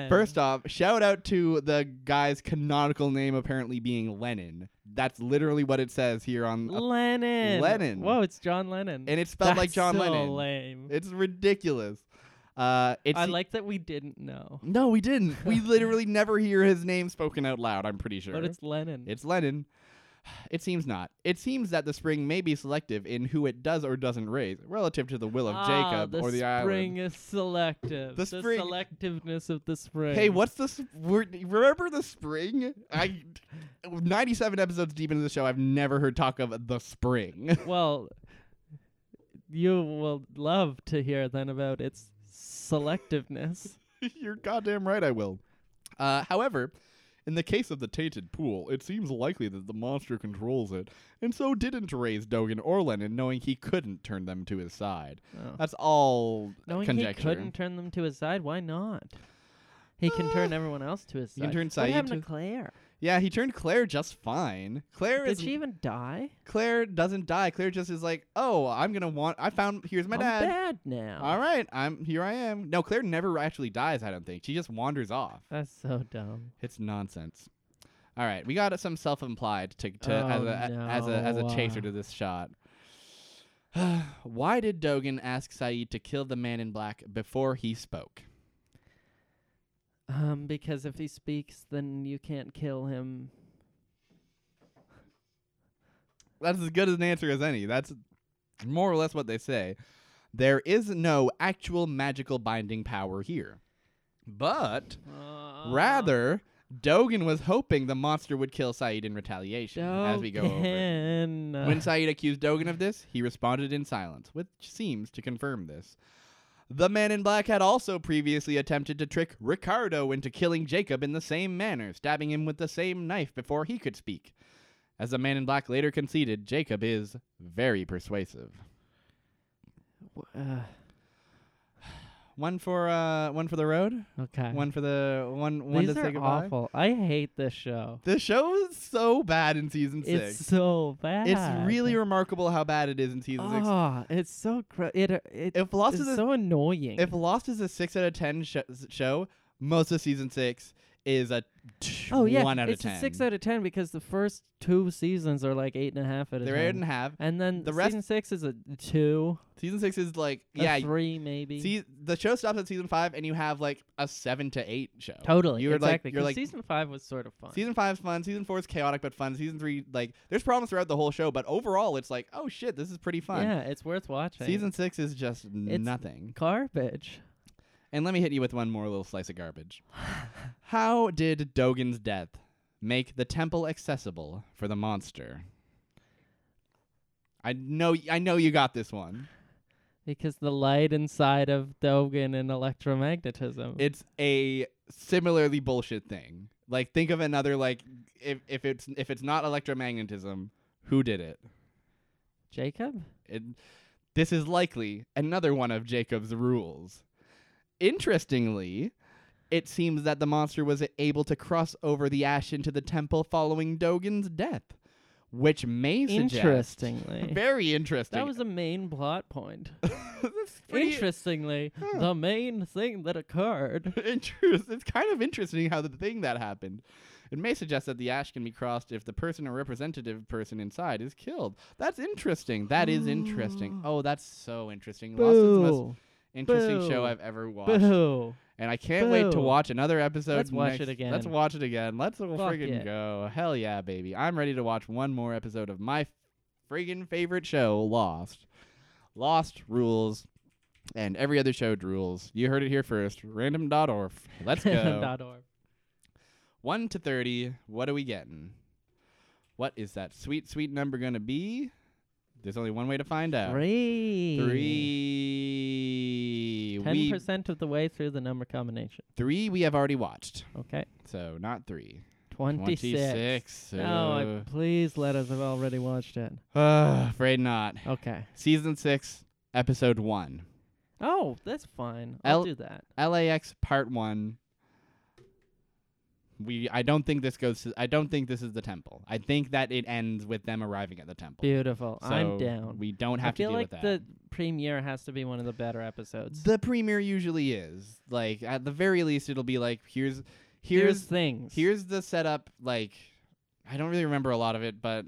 Speaker 1: First off, shout out to the guy's canonical name apparently being Lennon. That's literally what it says here on
Speaker 2: Lennon.
Speaker 1: uh, Lennon.
Speaker 2: Whoa, it's John Lennon.
Speaker 1: and it's spelled like
Speaker 2: That's
Speaker 1: John
Speaker 2: so
Speaker 1: Lennon.
Speaker 2: Lame.
Speaker 1: It's ridiculous. Uh it's
Speaker 2: I like that we didn't know,
Speaker 1: No, we didn't. We literally never hear his name spoken out loud, I'm pretty sure.
Speaker 2: but it's Lennon.
Speaker 1: It's Lennon. It seems not. It seems that the spring may be selective in who it does or doesn't raise, relative to the will of
Speaker 2: Ah,
Speaker 1: Jacob or the
Speaker 2: The
Speaker 1: island.
Speaker 2: spring is selective.
Speaker 1: The spring-
Speaker 2: selectiveness of the spring.
Speaker 1: Hey, what's this? We're, remember the spring? I, ninety-seven episodes deep into the show, I've never heard talk of the spring.
Speaker 2: Well, you will love to hear then about its selectiveness.
Speaker 1: You're goddamn right, I will. Uh, however, in the case of the tainted pool, it seems likely that the monster controls it, and so didn't raise Dogan or Lennon, knowing he couldn't turn them to his side.
Speaker 2: Oh.
Speaker 1: That's all
Speaker 2: Knowing
Speaker 1: conjecture.
Speaker 2: he couldn't turn them to his side, why not? He can turn everyone else to his
Speaker 1: he
Speaker 2: side.
Speaker 1: Ah. can turn
Speaker 2: what
Speaker 1: Saeed
Speaker 2: happened
Speaker 1: to-
Speaker 2: to Claire?
Speaker 1: Yeah, he turned Claire just fine. Claire
Speaker 2: Did
Speaker 1: is
Speaker 2: she even die?
Speaker 1: Claire doesn't die. Claire just is like, oh, I'm gonna want. I found. Here's my
Speaker 2: I'm
Speaker 1: dad.
Speaker 2: bad now.
Speaker 1: All right, I'm here. I am. No, Claire never actually dies. I don't think she just wanders off.
Speaker 2: That's so dumb.
Speaker 1: It's nonsense. All right, we got some self-implied to, to as
Speaker 2: Oh,
Speaker 1: a as a as a
Speaker 2: no.
Speaker 1: chaser to this shot. Why did Dogan ask Saeed to kill the man in black before he spoke?
Speaker 2: Um, because if he speaks, then you can't kill him.
Speaker 1: That's as good an answer as any. That's more or less what they say. There is no actual magical binding power here, but
Speaker 2: Uh,
Speaker 1: Rather, Dogan was hoping the monster would kill Saeed in retaliation as we go over.
Speaker 2: Dogan.
Speaker 1: When Saeed accused Dogan of this, he responded in silence, which seems to confirm this. The man in black had also previously attempted to trick Ricardo into killing Jacob in the same manner, stabbing him with the same knife before he could speak. As the man in black later conceded, Jacob is very persuasive.
Speaker 2: Uh,
Speaker 1: One for uh one for the road,
Speaker 2: okay.
Speaker 1: one for the one one
Speaker 2: Uh, These
Speaker 1: to say
Speaker 2: are
Speaker 1: goodbye.
Speaker 2: awful. I hate this show.
Speaker 1: The show is so bad in season
Speaker 2: It's
Speaker 1: six.
Speaker 2: so bad.
Speaker 1: It's really remarkable how bad it is in season six.
Speaker 2: Oh, it's so gr- it, uh, it
Speaker 1: If Lost
Speaker 2: it's
Speaker 1: is a-
Speaker 2: so annoying.
Speaker 1: If Lost is a six out of ten sh- show, most of season six is a t-
Speaker 2: oh yeah,
Speaker 1: one out
Speaker 2: it's
Speaker 1: of ten.
Speaker 2: a six out of ten because the first two seasons are like eight and a half out of
Speaker 1: They're
Speaker 2: ten.
Speaker 1: eight and a half.
Speaker 2: And then
Speaker 1: The rest-
Speaker 2: season six is a two,
Speaker 1: Season six is like
Speaker 2: a
Speaker 1: yeah.
Speaker 2: three maybe.
Speaker 1: See, the show stops at season five, and you have like a seven to eight show.
Speaker 2: totally,
Speaker 1: You're
Speaker 2: exactly.
Speaker 1: Like, you're
Speaker 2: 'cause
Speaker 1: like
Speaker 2: season five was sort of fun.
Speaker 1: season five's fun. Season four is chaotic but fun. Season three, like, there's problems throughout the whole show, but overall, it's like, oh shit, this is pretty fun.
Speaker 2: Yeah, it's worth watching.
Speaker 1: Season six is just
Speaker 2: It's-
Speaker 1: nothing.
Speaker 2: garbage.
Speaker 1: And let me hit you with one more little slice of garbage. How did Dogan's death make the temple accessible for the monster? I know, I know you got this one.
Speaker 2: Because the light inside of Dogan and electromagnetism.
Speaker 1: It's a similarly bullshit thing. Like, think of another like, if if it's if it's not electromagnetism, who did it?
Speaker 2: Jacob?
Speaker 1: it this is likely another one of Jacob's rules. Interestingly, it seems that the monster was able to cross over the ash into the temple following Dogan's death, which may suggest
Speaker 2: Interestingly.
Speaker 1: very interesting.
Speaker 2: that was a main plot point.
Speaker 1: That's pretty Hmm.
Speaker 2: Interestingly,
Speaker 1: Huh.
Speaker 2: the main thing that occurred.
Speaker 1: interest. It's kind of interesting how the thing that happened. It may suggest that the ash can be crossed if the person or representative person inside is killed. That's interesting. That is interesting. Oh, that's so interesting. Lost is the most
Speaker 2: Ah. Boo.
Speaker 1: interesting
Speaker 2: Boo.
Speaker 1: show I've ever watched.
Speaker 2: Boo.
Speaker 1: And I can't wait to
Speaker 2: Boo.
Speaker 1: watch another episode.
Speaker 2: Let's watch
Speaker 1: next-
Speaker 2: it again.
Speaker 1: Let's watch it again. Let's all
Speaker 2: Fuck
Speaker 1: friggin'
Speaker 2: yeah.
Speaker 1: go. Hell yeah, baby. I'm ready to watch one more episode of my friggin' favorite show, Lost. Lost rules. And every other show rules. You heard it here first. Random.org. Let's go.
Speaker 2: Dot org.
Speaker 1: 1 to 30. What are we getting? What is that sweet, sweet number going to be? There's only one way to find out.
Speaker 2: Three.
Speaker 1: Three.
Speaker 2: Ten
Speaker 1: We,
Speaker 2: percent of the way through the number combination.
Speaker 1: three we have already watched.
Speaker 2: Okay.
Speaker 1: So not three.
Speaker 2: Twenty-six.
Speaker 1: 26.
Speaker 2: Oh, No, I, please let us have already watched it.
Speaker 1: I, uh, afraid not.
Speaker 2: Okay.
Speaker 1: Season 6, Episode 1.
Speaker 2: Oh, that's fine. I'll
Speaker 1: I'll-
Speaker 2: do that.
Speaker 1: LAX Part 1. We I don't think this goes to I don't think this is the temple. I think that it ends with them arriving at the temple.
Speaker 2: Beautiful. I'm
Speaker 1: So
Speaker 2: down.
Speaker 1: We don't have
Speaker 2: I feel
Speaker 1: to deal
Speaker 2: like
Speaker 1: with
Speaker 2: the
Speaker 1: that.
Speaker 2: premiere has to be one of the better episodes.
Speaker 1: The premiere usually is. Like at the very least it'll be like here's here's
Speaker 2: things.
Speaker 1: Here's the setup. Like, I don't really remember a lot of it, but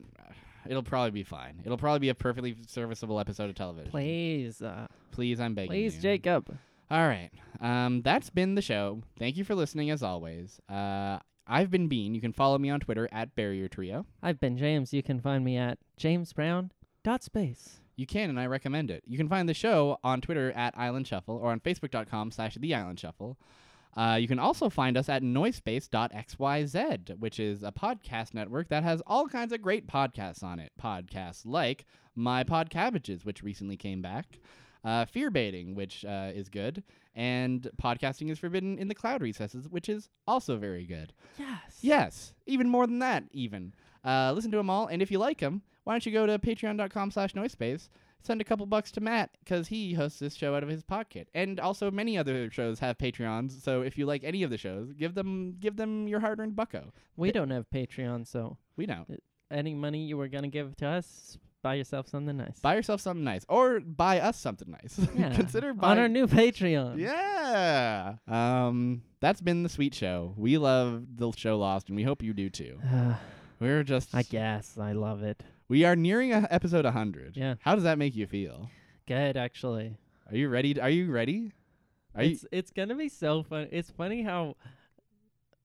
Speaker 1: it'll probably be fine. It'll probably be a perfectly serviceable episode of television.
Speaker 2: please, uh,
Speaker 1: Please, I'm begging
Speaker 2: please,
Speaker 1: you.
Speaker 2: Jacob.
Speaker 1: All right. Um, that's been the show. Thank you for listening, as always. Uh, I've been Bean. You can follow me on Twitter at Barrier Trio.
Speaker 2: I've been James. You can find me at James Brown dot space.
Speaker 1: You can, and I recommend it. You can find the show on Twitter at Island Shuffle or on Facebook.com slash The Island Shuffle. Uh, you can also find us at noisepace.xyz, which is a podcast network that has all kinds of great podcasts on it. Podcasts like My Pod Cabbages, which recently came back, uh, Fear Baiting, which uh, is good, and Podcasting is Forbidden in the Cloud Recesses, which is also very good.
Speaker 2: Yes.
Speaker 1: Yes, even more than that, even. Uh, listen to them all, and if you like them, why don't you go to patreon.com slash noisepace, send a couple bucks to Matt, because he hosts this show out of his pocket. And also many other shows have Patreons, so if you like any of the shows, give them give them your hard-earned bucko.
Speaker 2: We don't have Patreon, so
Speaker 1: We don't.
Speaker 2: any money you were gonna give to us, buy yourself something nice.
Speaker 1: Buy yourself something nice, or buy us something nice.
Speaker 2: Yeah.
Speaker 1: Consider
Speaker 2: on
Speaker 1: buying...
Speaker 2: our new Patreon.
Speaker 1: yeah! Um, that's been The Sweet Show. We love the show Lost, and we hope you do too.
Speaker 2: Uh,
Speaker 1: We're just...
Speaker 2: I guess I love it.
Speaker 1: We are nearing a episode 100.
Speaker 2: Yeah.
Speaker 1: How does that make you feel?
Speaker 2: Good, actually.
Speaker 1: Are you ready? to- are you ready? Are you,
Speaker 2: it's it's gonna be so fun. It's funny how,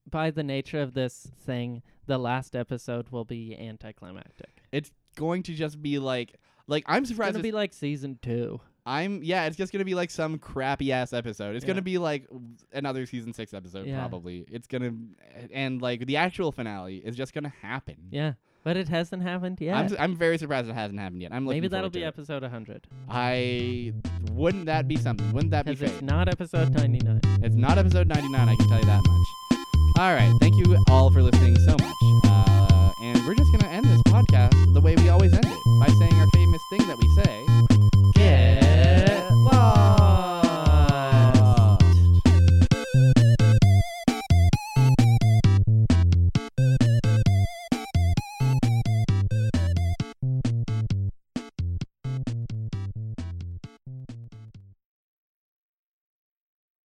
Speaker 2: by the nature of this thing, the last episode will be anticlimactic.
Speaker 1: it's going to just be like like I'm
Speaker 2: It's
Speaker 1: surprised
Speaker 2: gonna
Speaker 1: it's-
Speaker 2: be like season two.
Speaker 1: I'm yeah, it's just gonna be like some crappy ass episode. It's
Speaker 2: Yeah.
Speaker 1: gonna be like w- another season six episode
Speaker 2: Yeah.
Speaker 1: probably. It's gonna and like the actual finale is just gonna happen.
Speaker 2: Yeah, but it hasn't happened yet.
Speaker 1: I'm, s- I'm very surprised it hasn't happened yet. I'm looking
Speaker 2: Maybe that'll
Speaker 1: forward to
Speaker 2: be
Speaker 1: it.
Speaker 2: episode 100
Speaker 1: I wouldn't that be something? Wouldn't that be
Speaker 2: because
Speaker 1: fake?
Speaker 2: it's not episode 99.
Speaker 1: It's not episode 99, I can tell you that much. All right, thank you all for listening so much. Uh, and we're just going to end this podcast the way we always end it by saying our famous thing that we say. Get